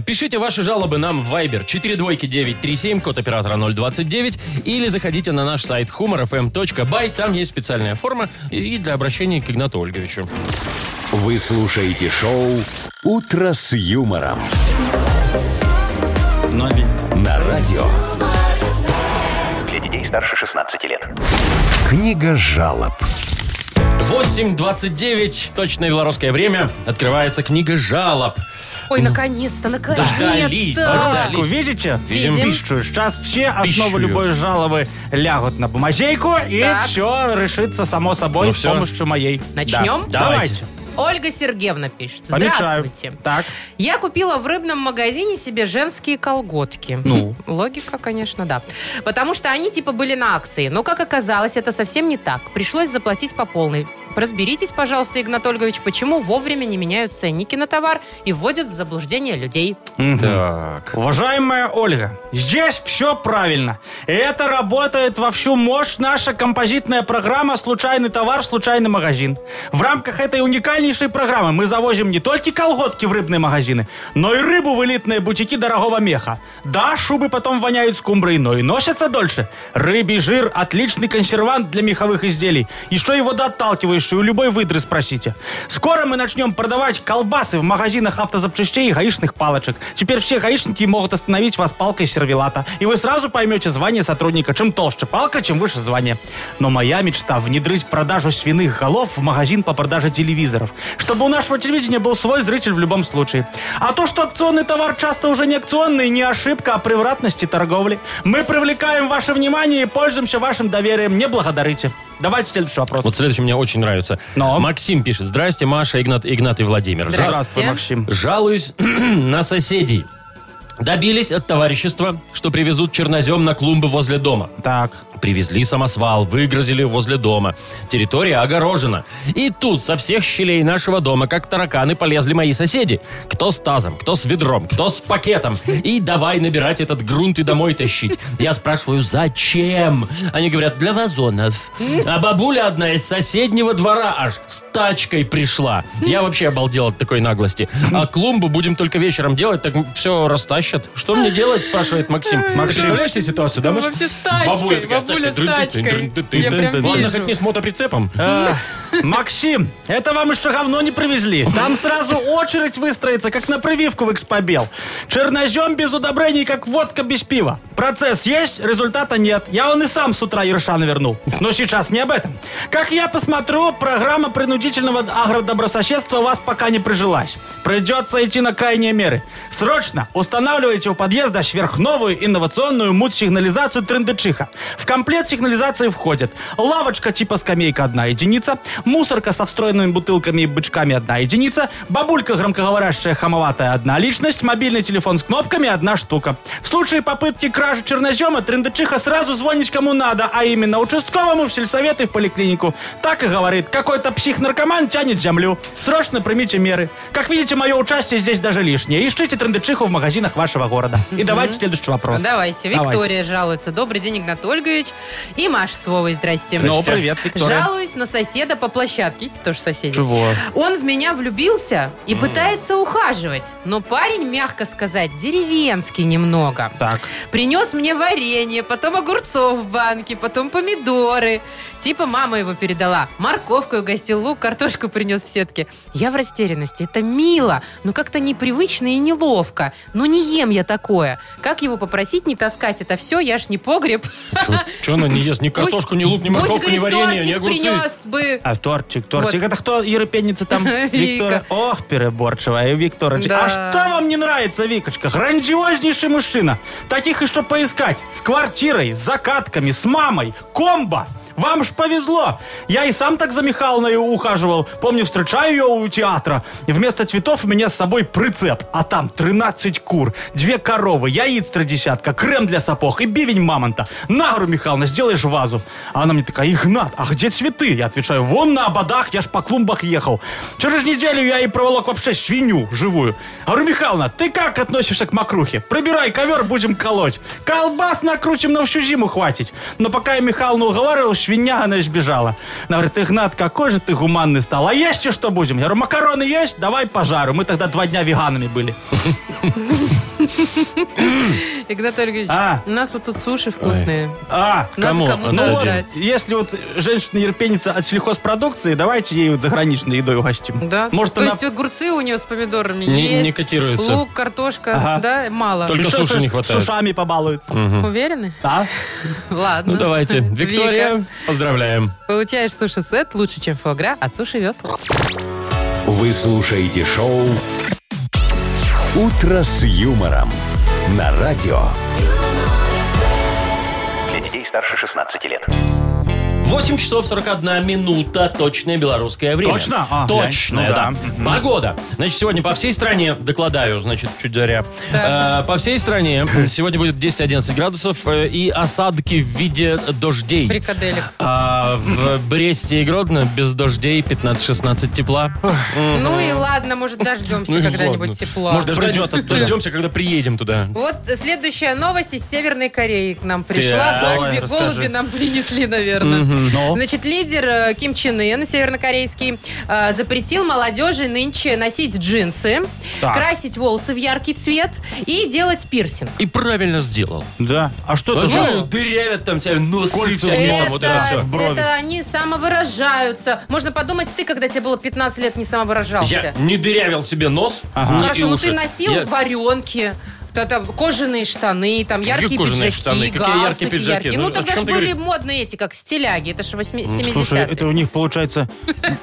Speaker 2: Пишите ваши жалобы нам в Viber 42937, код оператора 029, или заходите на наш сайт humorfm.by, там есть специальная форма и для обращения к Игнату Ольговичу.
Speaker 1: Вы слушаете шоу «Утро с юмором»
Speaker 4: Но
Speaker 1: на радио.
Speaker 6: Для детей старше 16 лет.
Speaker 1: Книга жалоб.
Speaker 2: 8.29, точное белорусское время, открывается книга жалоб.
Speaker 3: Ой, наконец-то, наконец-то.
Speaker 2: Ну, Дождались,
Speaker 4: Дорожку видите?
Speaker 3: Видим.
Speaker 4: Пищу. Сейчас все
Speaker 2: Пищу.
Speaker 4: основы любой жалобы лягут на бумажейку, и
Speaker 3: Так.
Speaker 4: все решится само собой
Speaker 2: Ну
Speaker 4: с
Speaker 2: всё.
Speaker 4: помощью моей.
Speaker 3: Начнем?
Speaker 4: Да. Давайте.
Speaker 3: Ольга Сергеевна пишет.
Speaker 4: Помечаю.
Speaker 3: Здравствуйте.
Speaker 4: Так.
Speaker 3: Я купила в рыбном магазине себе женские колготки.
Speaker 4: Ну.
Speaker 3: Логика, конечно, да. Потому что они типа были на акции. Но, как оказалось, это совсем не так. Пришлось заплатить по полной. Разберитесь, пожалуйста, Игнат Ольгович, почему вовремя не меняют ценники на товар и вводят в заблуждение людей.
Speaker 4: Мгм.
Speaker 2: Так.
Speaker 4: Уважаемая Ольга, здесь все правильно. И Это работает во всю мощь наша композитная программа «Случайный товар, случайный магазин». В рамках этой уникальнейшей программы мы завозим не только колготки в рыбные магазины, но и рыбу в элитные бутики дорогого меха. Да, шубы потом воняют скумброй, но и носятся дольше. Рыбий жир – отличный консервант для меховых изделий. Еще его доотталкиваешь, и у любой выдры спросите. Скоро мы начнем продавать колбасы в магазинах автозапчастей и гаишных палочек. Теперь все гаишники могут остановить вас палкой сервелата. И вы сразу поймете звание сотрудника. Чем толще палка, чем выше звание. Но моя мечта – внедрить продажу свиных голов в магазин по продаже телевизоров. Чтобы у нашего телевидения был свой зритель в любом случае. А то, что акционный товар часто уже не акционный, не ошибка, а превратности торговли. Мы привлекаем ваше внимание и пользуемся вашим доверием. Не благодарите. Давайте следующий вопрос.
Speaker 2: Вот следующий мне очень нравится.
Speaker 4: Но.
Speaker 2: Максим пишет. Здрасте, Маша, Игнат, Игнат и Владимир.
Speaker 3: Здравствуйте.
Speaker 4: Здравствуй, Максим.
Speaker 2: Жалуюсь на соседей. Добились от товарищества, что привезут чернозем на клумбы возле дома.
Speaker 4: Так.
Speaker 2: Привезли самосвал, выгрузили возле дома. Территория огорожена. И тут со всех щелей нашего дома, как тараканы, полезли мои соседи. Кто с тазом, кто с ведром, кто с пакетом. И давай набирать этот грунт и домой тащить. Я спрашиваю, зачем? Они говорят, для вазонов. А бабуля одна из соседнего двора аж с тачкой пришла. Я вообще обалдел от такой наглости. А клумбу будем только вечером делать, так все растащат. Что мне делать, спрашивает Максим. Ты представляешь себе ситуацию, да, Маш?
Speaker 3: Вообще с тачкой,
Speaker 2: такая
Speaker 3: бабуля с
Speaker 2: тачкой.
Speaker 3: тачкой.
Speaker 2: Дрын-ты-ты-ты-ты.
Speaker 3: Я прям
Speaker 2: Ладно,
Speaker 3: вижу.
Speaker 2: хоть не с мотоприцепом.
Speaker 4: Э, Максим, это вам еще говно не привезли. Там сразу очередь выстроится, как на прививку в экспобел. Чернозем без удобрений, как водка без пива. Процесс есть, результата нет. Я он и сам с утра ерша навернул. Но сейчас не об этом. Как я посмотрю, программа принудительного агродобрососедства у вас пока не прижилась. Придется идти на крайние меры. Срочно устанавливайте у подъезда сверхновую инновационную мут-сигнализацию трендечиха. В комплект сигнализации входит лавочка типа скамейка одна единица, мусорка со встроенными бутылками и бычками одна единица, бабулька громкоговорящая хамоватая одна личность, мобильный телефон с кнопками одна штука. В случае попытки кражи чернозема трендечиха сразу звонить кому надо, а именно участковому в сельсовет и в поликлинику. Так и говорит, какой-то псих-наркоман тянет землю. Срочно примите меры. Как видите, мое участие здесь даже лишнее. Ищите трендечиху в магазинах вашего города. И давайте следующий вопрос.
Speaker 3: Ну, Давайте. Виктория
Speaker 4: Давайте.
Speaker 3: жалуется. Добрый день, Игнат Ольгович. И Маша с Вовой, здрасте.
Speaker 4: Ну, привет, Виктория.
Speaker 3: Жалуюсь на соседа по площадке. Видите, тоже соседи.
Speaker 4: Чего?
Speaker 3: Он в меня влюбился и пытается ухаживать. Но парень, мягко сказать, деревенский немного.
Speaker 4: Так.
Speaker 3: Принес мне варенье, потом огурцов в банке, потом помидоры. Типа мама его передала. Морковку угостил, лук, картошку принес в сетке. Я в растерянности. Это мило, но как-то непривычно и неловко. Ну не ем я такое. Как его попросить не таскать это все? Я ж не погреб.
Speaker 2: Че она не ест ни картошку, ни лук, ни
Speaker 3: Пусть,
Speaker 2: морковку, ни
Speaker 3: говорит,
Speaker 2: варенье, ни
Speaker 3: тортик
Speaker 2: огурцы?
Speaker 3: принес бы.
Speaker 4: А тортик, тортик.
Speaker 3: Вот.
Speaker 4: Это кто ерепенница там? Виктора.
Speaker 3: Вика.
Speaker 4: Ох, переборчивая Викторочка.
Speaker 3: Да.
Speaker 4: А что вам не нравится, Викочка? Грандиознейший мужчина. Таких еще поискать. С квартирой, с закатками, с мамой. Комбо. Вам ж повезло. Я и сам так за Михайловной ухаживал. Помню, встречаю ее у театра. И вместо цветов у меня с собой прицеп. А там 13 кур, две коровы, яиц три десятка, крем для сапог и бивень мамонта. На, говорю, Михайловна, сделаешь вазу. А она мне такая, Игнат, а где цветы? Я отвечаю, вон на ободах, я ж по клумбах ехал. Через неделю я и проволок вообще свинью живую. Говорю, Михайловна, ты как относишься к мокрухе? Прибирай ковер, будем колоть. Колбас накрутим, на всю зиму хватит. Но пока я Михайловну уговаривал, свинья она сбежала. Она говорит, Игнат, какой же ты гуманный стал. А есть и что будем? Я говорю, макароны есть? Давай пожарю. Мы тогда два дня веганами были.
Speaker 3: Игнат Ольгович,
Speaker 4: А.
Speaker 3: у нас вот тут суши вкусные.
Speaker 4: А,
Speaker 3: Надо
Speaker 2: Кому?
Speaker 3: кому-то
Speaker 2: Ну
Speaker 4: ну вот,
Speaker 3: отдать.
Speaker 4: если вот женщина ерпенится от сельхозпродукции, давайте ей вот заграничной едой угостим.
Speaker 3: Да.
Speaker 4: Может,
Speaker 3: То
Speaker 4: она...
Speaker 3: есть огурцы у нее с помидорами
Speaker 2: Не-
Speaker 3: есть.
Speaker 2: не котируются.
Speaker 3: Лук, картошка,
Speaker 4: Ага.
Speaker 3: да, мало.
Speaker 2: Только
Speaker 4: Еще
Speaker 2: Ну, суши
Speaker 4: с-
Speaker 2: не хватает.
Speaker 4: с Сушами побалуется.
Speaker 3: Уверены?
Speaker 4: Да?
Speaker 3: Ладно.
Speaker 2: Ну давайте. Виктория,
Speaker 3: Вика,
Speaker 2: поздравляем.
Speaker 3: получаешь суши-сет лучше, чем фуагра от Суши Весла.
Speaker 1: Вы слушаете шоу «Утро с юмором» на радио.
Speaker 6: Для детей старше 16 лет.
Speaker 2: 8 часов 41 минута. Точное белорусское время.
Speaker 4: Точно? А,
Speaker 2: Точно,
Speaker 4: глянь, ну
Speaker 2: да.
Speaker 4: да. Мгм.
Speaker 2: Погода. Значит, сегодня по всей стране, докладаю, значит, чуть заря. Э, по всей стране сегодня будет 10-11 градусов э, и осадки в виде дождей.
Speaker 3: Прикаделек.
Speaker 2: А в Бресте и Гродно без дождей 15-16 тепла. М.
Speaker 3: Ну и ладно, может,
Speaker 2: Ну
Speaker 3: дождемся
Speaker 2: и
Speaker 3: когда-нибудь
Speaker 2: ладно.
Speaker 3: тепла.
Speaker 2: Может, дождемся, дождемся, когда приедем туда.
Speaker 3: Вот следующая новость из Северной Кореи к нам пришла.
Speaker 2: Так.
Speaker 3: голуби,
Speaker 2: Давай, расскажи.
Speaker 3: голуби нам принесли, наверное.
Speaker 2: Мгм. Ну?
Speaker 3: Значит, лидер э, Ким Чен Ын, севернокорейский, э, запретил молодежи нынче носить джинсы,
Speaker 4: Так.
Speaker 3: красить волосы в яркий цвет и делать пирсинг.
Speaker 2: И правильно сделал.
Speaker 4: Да. А что это
Speaker 2: Ну,
Speaker 4: за...
Speaker 2: дырявят там тебя носы,
Speaker 4: Кольца
Speaker 2: всякие
Speaker 4: в
Speaker 2: там
Speaker 3: Это,
Speaker 4: нос,
Speaker 2: вот это все.
Speaker 3: с-
Speaker 4: брови.
Speaker 3: это они самовыражаются. Можно подумать, ты, когда тебе было 15 лет, не
Speaker 2: Я
Speaker 3: самовыражался.
Speaker 2: не дырявил себе нос.
Speaker 4: Ага.
Speaker 2: ни и
Speaker 3: Хорошо, ну ты
Speaker 2: уши.
Speaker 3: носил
Speaker 2: Я-
Speaker 3: варенки, то там кожаные штаны, там яркие
Speaker 2: кожаные
Speaker 3: пиджаки,
Speaker 2: штаны? Какие яркие
Speaker 3: галстуки
Speaker 2: пиджаки?
Speaker 3: яркие. Ну,
Speaker 2: Ну, о
Speaker 3: тогда
Speaker 2: чем
Speaker 3: же
Speaker 2: ты
Speaker 3: были
Speaker 2: говоришь?
Speaker 3: модные эти, как стиляги, это же 70-е.
Speaker 4: Ну, Слушай, это у них получается...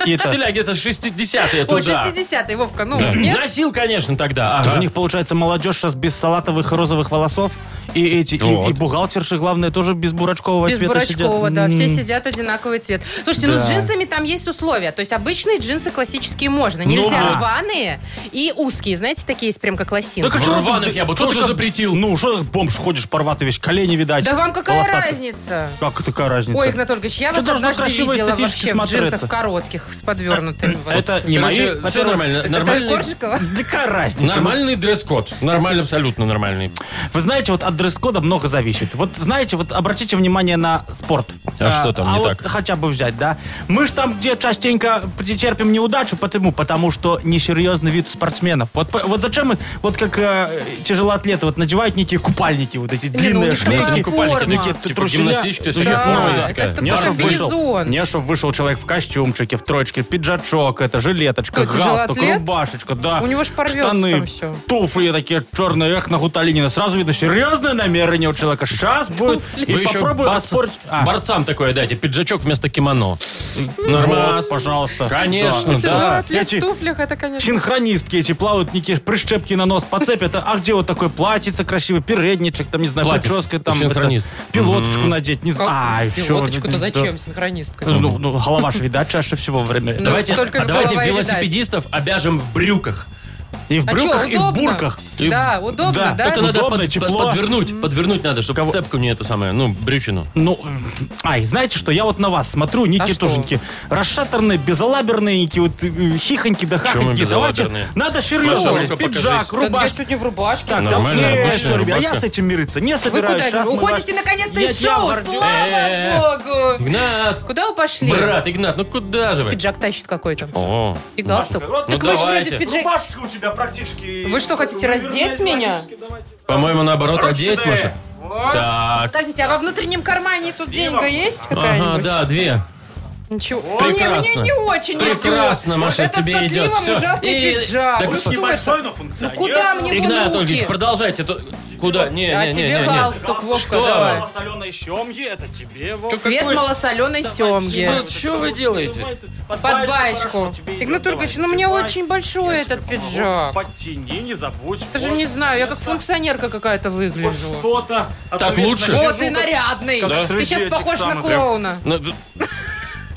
Speaker 4: и это-
Speaker 2: Стиляги, это 60-е
Speaker 3: О,
Speaker 2: туда.
Speaker 3: 60-е, Вовка, ну,
Speaker 2: Да.
Speaker 3: нет?
Speaker 2: Носил, конечно, тогда.
Speaker 4: Это
Speaker 2: ага.
Speaker 4: же у них получается молодежь сейчас без салатовых и розовых волосов. И эти, и-
Speaker 2: Вот.
Speaker 4: и, бухгалтерши, главное, тоже без бурачкового
Speaker 3: Без
Speaker 4: цвета сидят.
Speaker 3: Бурачкова, да. Все
Speaker 4: М.
Speaker 3: сидят одинаковый цвет. Слушайте, ну с
Speaker 4: Да.
Speaker 3: джинсами там есть условия. То есть обычные джинсы классические можно.
Speaker 2: Ну
Speaker 3: Нельзя
Speaker 2: вот.
Speaker 3: рваные и узкие. Знаете, такие есть прям как лосинки.
Speaker 2: Так а чё рваных я бы
Speaker 4: Чё
Speaker 2: тоже
Speaker 4: ты как-
Speaker 2: запретил.
Speaker 4: Ну, что ты, бомж, ходишь, порватый весь, колени видать.
Speaker 3: Да вам какая
Speaker 4: волосатый.
Speaker 3: разница?
Speaker 4: Как такая разница?
Speaker 3: Ой, Игнат Ольгович, я
Speaker 4: Что
Speaker 3: вас
Speaker 4: должно
Speaker 3: однажды
Speaker 4: красиво и
Speaker 3: видела вообще
Speaker 4: эстетически
Speaker 3: в джинсах
Speaker 4: смотреться?
Speaker 3: коротких с подвернутыми.
Speaker 4: Это не мои,
Speaker 2: Короче, все
Speaker 4: во-первых.
Speaker 2: нормально. Нормальный,
Speaker 3: Коржикова?
Speaker 4: Да какая разница?
Speaker 2: нормальный дресс-код. Нормальный, абсолютно нормальный.
Speaker 4: Вы знаете, вот от дресс-кода много зависит. Вот знаете, вот обратите внимание на спорт.
Speaker 2: А что там
Speaker 4: а
Speaker 2: не
Speaker 4: вот
Speaker 2: так?
Speaker 4: хотя бы взять, да? Мы ж там где частенько претерпим неудачу, потому, потому что несерьезный вид спортсменов. Вот, по- вот зачем, мы- вот как э, тяжелоатлеты вот надевают некие купальники, вот эти
Speaker 3: ну, у
Speaker 4: длинные
Speaker 3: них такая
Speaker 4: шлейки.
Speaker 3: форма.
Speaker 4: такие
Speaker 2: Типа
Speaker 4: трусиля.
Speaker 2: гимнастическая всякая
Speaker 3: Да,
Speaker 2: форма есть
Speaker 3: это
Speaker 2: такая.
Speaker 3: такой
Speaker 4: Не, чтоб вышел,
Speaker 3: комбинезон.
Speaker 4: не, чтоб вышел человек в костюмчике, в троечке, пиджачок, это жилеточка,
Speaker 3: Кто,
Speaker 4: галстук,
Speaker 3: тяжелоатлет?
Speaker 4: рубашечка, да.
Speaker 3: У него ж порвется
Speaker 4: штаны,
Speaker 3: там всё.
Speaker 4: туфли такие черные, эх, на гуталинина. Сразу видно, серьезное намерение у человека. Сейчас будет.
Speaker 3: Типа,
Speaker 4: И
Speaker 2: Вы еще
Speaker 4: попробую
Speaker 2: борц-
Speaker 4: оспорить. А,
Speaker 2: борцам такое дайте. Пиджачок вместо кимоно.
Speaker 4: вот,
Speaker 2: Нормас.
Speaker 4: пожалуйста.
Speaker 3: Ну,
Speaker 2: Конечно, да.
Speaker 3: Тяжелоатлет
Speaker 4: Эти
Speaker 3: в туфлях, это, конечно.
Speaker 4: Синхронистки эти плавают, некие прищепки на нос поцепят. А где вот такой платьице красивый, передничек, там, не знаю,
Speaker 2: Платьице.
Speaker 4: прическа, там,
Speaker 2: Синхронист.
Speaker 4: это, пилоточку надеть, не знаю. А, и всё.
Speaker 3: Пилоточку-то
Speaker 4: Да.
Speaker 3: зачем, синхронистка?
Speaker 4: Ну, ну, голова ж видать чаще всего во время.
Speaker 3: Ну,
Speaker 2: Давайте,
Speaker 3: только
Speaker 2: а давайте
Speaker 3: голова и видать.
Speaker 2: велосипедистов обяжем в брюках.
Speaker 4: И в
Speaker 3: А
Speaker 4: брюках,
Speaker 3: чё,
Speaker 4: и в
Speaker 3: удобно?
Speaker 4: бурках.
Speaker 3: Да, удобно,
Speaker 4: Да,
Speaker 3: да?
Speaker 2: Только надо
Speaker 4: Удобно,
Speaker 2: под-
Speaker 4: тепло.
Speaker 2: под- подвернуть. Подвернуть надо, чтобы
Speaker 4: Кого?
Speaker 2: цепку не это самое, ну, брючину.
Speaker 4: Ну, ай, знаете что, я вот на вас смотрю, некие
Speaker 3: А
Speaker 4: тоже
Speaker 3: что?
Speaker 4: некие расшатанные, безалаберные, некие вот э, хихоньки да
Speaker 2: Чё мы
Speaker 4: хахоньки. Давайте,
Speaker 2: безалаберные?
Speaker 4: надо
Speaker 2: Маша,
Speaker 4: серьезно, блядь,
Speaker 2: ну-ка,
Speaker 4: пиджак,
Speaker 2: покажись.
Speaker 3: Да, Я
Speaker 4: рубашка.
Speaker 3: сегодня в рубашке.
Speaker 4: Так,
Speaker 2: Нормальная
Speaker 4: да,
Speaker 2: обычная
Speaker 4: конечно, ребят, я
Speaker 2: рубашка.
Speaker 4: с этим мириться не
Speaker 3: Вы
Speaker 4: собираюсь.
Speaker 3: куда?
Speaker 4: Сейчас мы
Speaker 3: Уходите
Speaker 4: вас-
Speaker 3: наконец-то
Speaker 4: Я- Э,
Speaker 3: из
Speaker 4: я в
Speaker 3: шоу!
Speaker 4: орде-
Speaker 2: Э-э-э.
Speaker 3: Слава богу!
Speaker 2: Игнат!
Speaker 3: Куда вы пошли?
Speaker 2: Брат, Игнат, ну куда же вы?
Speaker 3: Пиджак тащит какой-то.
Speaker 2: О,
Speaker 3: И галстук. так
Speaker 4: вот
Speaker 2: ну
Speaker 3: вы же
Speaker 2: давайте.
Speaker 3: вроде в пиджаке.
Speaker 4: Рубашечка у тебя практически...
Speaker 3: Вы что, хотите раздеть меня?
Speaker 2: по-моему, наоборот,
Speaker 4: Короче,
Speaker 2: одеть,
Speaker 4: да.
Speaker 2: Маша. Так.
Speaker 3: Подождите, а во внутреннем кармане тут деньга есть
Speaker 2: Ага,
Speaker 3: какая-нибудь?
Speaker 2: да, две.
Speaker 3: Ничего.
Speaker 2: Прекрасно.
Speaker 3: Мне, мне не очень
Speaker 2: Прекрасно,
Speaker 3: идет.
Speaker 2: Маша,
Speaker 3: Этот
Speaker 2: тебе
Speaker 3: с отливом
Speaker 2: идет. Всё.
Speaker 3: ужасный
Speaker 2: И-
Speaker 3: пиджак.
Speaker 2: так
Speaker 3: Вы
Speaker 2: вот
Speaker 3: что это? Ну,
Speaker 4: функционер.
Speaker 3: Куда мне вон
Speaker 2: Игнат
Speaker 3: руки?
Speaker 2: Ольгович, продолжайте. то- Куда? Не,
Speaker 3: А
Speaker 2: не, не,
Speaker 3: тебе
Speaker 2: не, не.
Speaker 3: галстук, Вовка,
Speaker 2: Что?
Speaker 3: давай.
Speaker 4: Соленой щемги, это тебе, вот.
Speaker 3: Цвет малосоленой семги.
Speaker 2: Что, что вы делаете?
Speaker 3: Под баечку. Игнат Ольгович, ну мне очень большой этот пиджак.
Speaker 4: Подтяни, не забудь.
Speaker 3: Даже не знаю, я как функционерка какая-то выгляжу.
Speaker 4: что-то.
Speaker 2: Так лучше?
Speaker 3: О, ты нарядный.
Speaker 4: Да.
Speaker 3: Ты сейчас
Speaker 4: Среди
Speaker 3: похож
Speaker 4: этих
Speaker 3: на
Speaker 4: самых, прям.
Speaker 3: клоуна.
Speaker 2: Ну, д-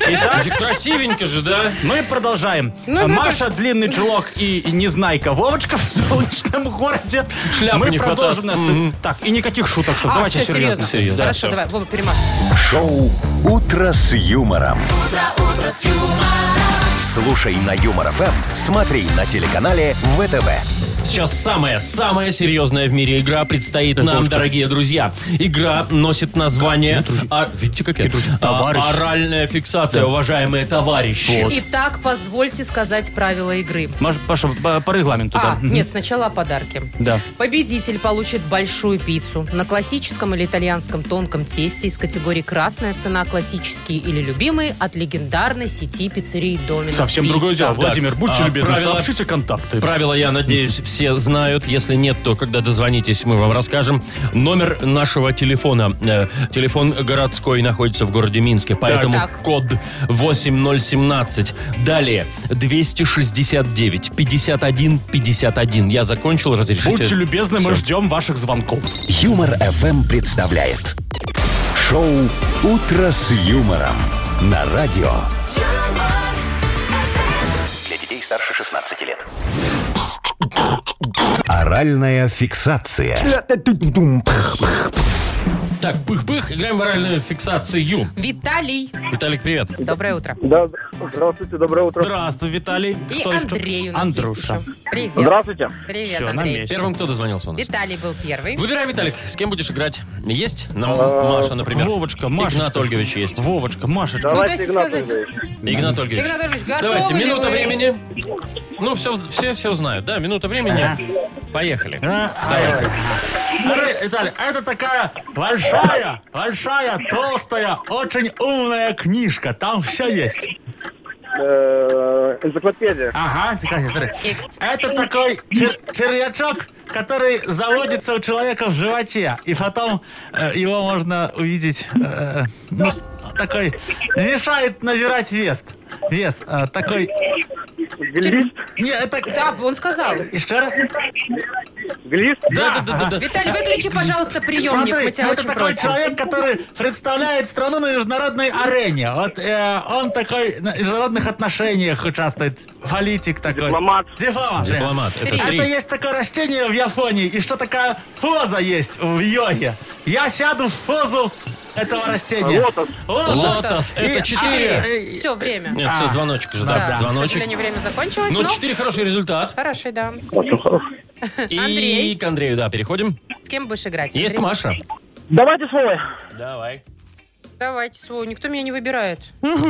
Speaker 4: Итак,
Speaker 2: Красивенько же, да?
Speaker 4: мы продолжаем.
Speaker 3: Ну,
Speaker 4: А
Speaker 3: это
Speaker 4: Маша, длинный чулок и, и незнайка Вовочка в солнечном городе.
Speaker 2: Шляпы
Speaker 4: мы
Speaker 2: не хватает.
Speaker 4: продолжим. нас-
Speaker 2: Мгм.
Speaker 4: Так, и никаких шуток, что
Speaker 3: А,
Speaker 4: давайте
Speaker 3: всё,
Speaker 4: серьезно.
Speaker 2: Ну, Серьезно.
Speaker 3: Хорошо,
Speaker 2: Да,
Speaker 3: давай, Вова, перемаш.
Speaker 1: Шоу «Утро с юмором». Слушай на Юмор ФМ, смотри на телеканале ВТВ.
Speaker 2: Сейчас самая, самая серьезная в мире игра предстоит нам, дорогие друзья. Игра носит название... а, видите, как я? А,
Speaker 4: Товарищ.
Speaker 2: оральная фиксация, уважаемые товарищи.
Speaker 3: Итак, позвольте сказать правила игры.
Speaker 4: Маш- Паша, по, по регламенту,
Speaker 3: А,
Speaker 4: да. Мгм.
Speaker 3: нет, сначала о подарке.
Speaker 4: Да.
Speaker 3: Победитель получит большую пиццу на классическом или итальянском тонком тесте из категории «Красная цена», «Классические» или «Любимые» от легендарной сети пиццерий «Доминос
Speaker 4: Совсем
Speaker 3: Пицца».
Speaker 4: другое дело.
Speaker 2: Так,
Speaker 4: Владимир, будьте
Speaker 2: а,
Speaker 4: любезны,
Speaker 2: правила-
Speaker 4: сообщите контакты.
Speaker 2: Правила, я надеюсь, все знают. Если нет, то когда дозвонитесь, мы вам расскажем. Номер нашего телефона. э, телефон городской находится в городе Минске, поэтому
Speaker 3: Так.
Speaker 2: код 8017. Далее 269 51 51. Я закончил, разрешите.
Speaker 4: Будьте любезны, мы
Speaker 2: Всё.
Speaker 4: ждем ваших звонков.
Speaker 1: Юмор FM представляет шоу Утро с юмором на радио.
Speaker 6: Для детей старше 16 лет.
Speaker 1: Оральная фиксация.
Speaker 2: Так, пых-пых, играем в оральную фиксацию.
Speaker 3: Виталий,
Speaker 2: Виталик, привет.
Speaker 3: доброе утро.
Speaker 9: Да, здравствуйте, доброе утро.
Speaker 4: Здравствуй, Виталий.
Speaker 3: И
Speaker 4: Кто еще?
Speaker 3: Андрей у нас есть
Speaker 4: Андруша.
Speaker 3: еще. Привет.
Speaker 9: Здравствуйте.
Speaker 3: Привет,
Speaker 4: Все, на
Speaker 3: Андрей.
Speaker 4: месте.
Speaker 2: Первым кто дозвонился у нас?
Speaker 3: Виталий был первый.
Speaker 2: Выбирай, Виталик, с кем будешь играть? Есть? Нам Маша, например.
Speaker 4: Вовочка, Машечка.
Speaker 2: Игнат Ольгович есть.
Speaker 4: Вовочка, Машечка.
Speaker 9: Давайте
Speaker 3: дайте
Speaker 9: Игнат
Speaker 3: сказать.
Speaker 9: Андреевич.
Speaker 2: Игнат Ольгович.
Speaker 3: Игнат Ольгович, готовы
Speaker 2: Давайте,
Speaker 3: ли
Speaker 2: минута
Speaker 3: вы?
Speaker 2: времени. Ну, все, все, все знают, да? Минута времени. Поехали. Давайте.
Speaker 4: а? Смотри, Виталий, это такая большая, большая, толстая, очень умная книжка. Там все есть.
Speaker 9: Э, Энциклопедия.
Speaker 4: Ага, тихо, смотри.
Speaker 3: Есть.
Speaker 4: Это такой чер- червячок, который заводится у человека в животе. И потом э, его можно увидеть. э, ну, такой мешает набирать вес. Вес. э, такой.
Speaker 9: Глист.
Speaker 4: Не, это.
Speaker 3: Да, он сказал.
Speaker 4: Еще раз.
Speaker 9: Глист.
Speaker 2: Да, да, да, да.
Speaker 3: Виталий, выключи, пожалуйста, приемник,
Speaker 4: Смотри,
Speaker 3: мы тебя
Speaker 4: ну, это
Speaker 3: очень
Speaker 4: такой
Speaker 3: просим.
Speaker 4: человек, который представляет страну на международной арене. Вот э, он такой на международных отношениях участвует. Политик такой.
Speaker 9: Дипломат.
Speaker 4: Дипломат. да.
Speaker 2: Дипломат. Это
Speaker 3: Три.
Speaker 4: Это
Speaker 2: три.
Speaker 4: есть такое растение в Японии, и что такая поза есть в йоге. Я сяду в позу этого растения.
Speaker 9: Лотос.
Speaker 4: Лотос.
Speaker 2: Лотос.
Speaker 4: И-
Speaker 2: Это четыре.
Speaker 4: э,
Speaker 3: Все, время.
Speaker 2: Нет, все, звоночек же,
Speaker 4: Да,
Speaker 2: да.
Speaker 4: да.
Speaker 3: К
Speaker 2: Звоночек.
Speaker 3: сожалению, время закончилось,
Speaker 2: Ну,
Speaker 3: но...
Speaker 2: четыре хороший результат.
Speaker 3: Хороший, да.
Speaker 9: Очень хорошо.
Speaker 2: И
Speaker 3: Андрей.
Speaker 2: к Андрею, да, переходим.
Speaker 3: С кем будешь играть?
Speaker 2: Есть
Speaker 3: Андрей?
Speaker 2: Маша.
Speaker 9: Давайте свой.
Speaker 2: Давай.
Speaker 3: Давайте свой, никто меня не выбирает.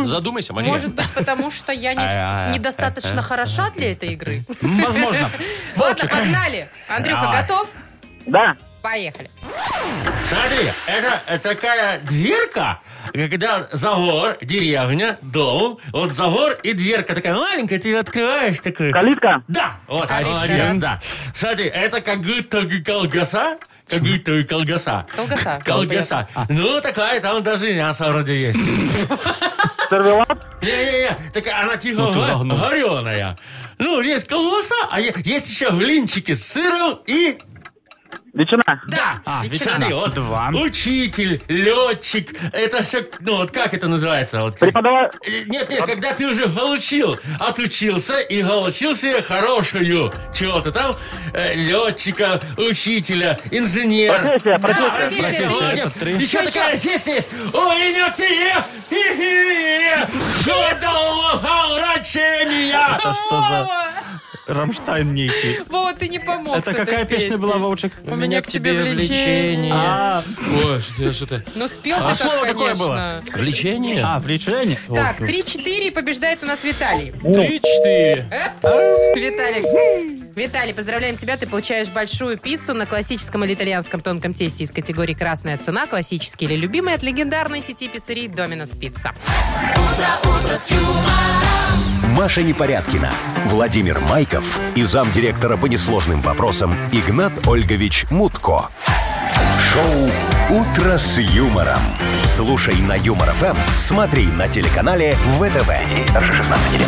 Speaker 2: Задумайся, Мария.
Speaker 3: Может быть, потому что я
Speaker 4: А,
Speaker 3: не- недостаточно хороша для этой игры.
Speaker 4: м, а. Возможно.
Speaker 3: Ладно, погнали. Андрюха,
Speaker 4: Давай.
Speaker 3: готов?
Speaker 9: Да.
Speaker 3: Поехали.
Speaker 2: Смотри, это э, такая дверка, когда завор, деревня, дом. Вот завор и дверка такая маленькая, ты ее открываешь такой.
Speaker 9: Калитка.
Speaker 2: Да, вот,
Speaker 3: Отлично.
Speaker 2: молодец, да. Смотри, это как будто колгаса, как будто колгаса.
Speaker 3: Колгаса.
Speaker 2: Колгаса.
Speaker 4: А.
Speaker 2: Ну, такая, там даже и мясо вроде есть.
Speaker 9: Сервелат.
Speaker 2: Не-не-не, такая она типа
Speaker 4: Ну, ты
Speaker 2: го-
Speaker 4: загнул.
Speaker 2: вареная. Ну, есть колбаса, а е- есть еще блинчики с сыром и
Speaker 9: Ветчина.
Speaker 2: Да,
Speaker 3: Ветчина.
Speaker 2: Смотри, вот
Speaker 4: Два.
Speaker 2: Учитель, летчик, это все, ну вот как это называется? Вот.
Speaker 9: Преподава...
Speaker 2: Э, Нет, нет, когда ты уже получил, отучился и получил себе хорошую чего-то там, э, летчика, учителя, инженера.
Speaker 4: А
Speaker 9: Профессия, профессия.
Speaker 3: профессия.
Speaker 2: Молодец.
Speaker 4: это три.
Speaker 2: Еще
Speaker 3: Еще,
Speaker 2: такая песня есть. Уйдете до долгого врачения.
Speaker 4: Это что за Рамштайн некий?
Speaker 3: Вот ты не помог с
Speaker 4: Это
Speaker 3: этой
Speaker 4: какая песня
Speaker 3: песней.
Speaker 4: была, Вовчик?
Speaker 3: У меня к тебе влечение.
Speaker 4: А,
Speaker 2: Ой, что- что ты?
Speaker 3: Ну, спел
Speaker 4: А
Speaker 3: ты так,
Speaker 4: слово какое
Speaker 3: конечно.
Speaker 4: было?
Speaker 2: Влечение?
Speaker 4: а, влечение?
Speaker 3: Так,
Speaker 4: Вот.
Speaker 3: 3-4 и побеждает у нас Виталий.
Speaker 2: Три-четыре.
Speaker 3: Эп. Виталик. Виталий, поздравляем тебя. Ты получаешь большую пиццу на классическом или итальянском тонком тесте из категории «Красная цена», классический или любимый от легендарной сети пиццерий «Доминос Пицца».
Speaker 1: Маша Непорядкина, Владимир Майков и замдиректора по несложным вопросам Игнат Ольгович Мутко. Шоу Утро с юмором. Слушай на Юмор ФМ, смотри на телеканале ВТВ. Здесь старше 16 лет.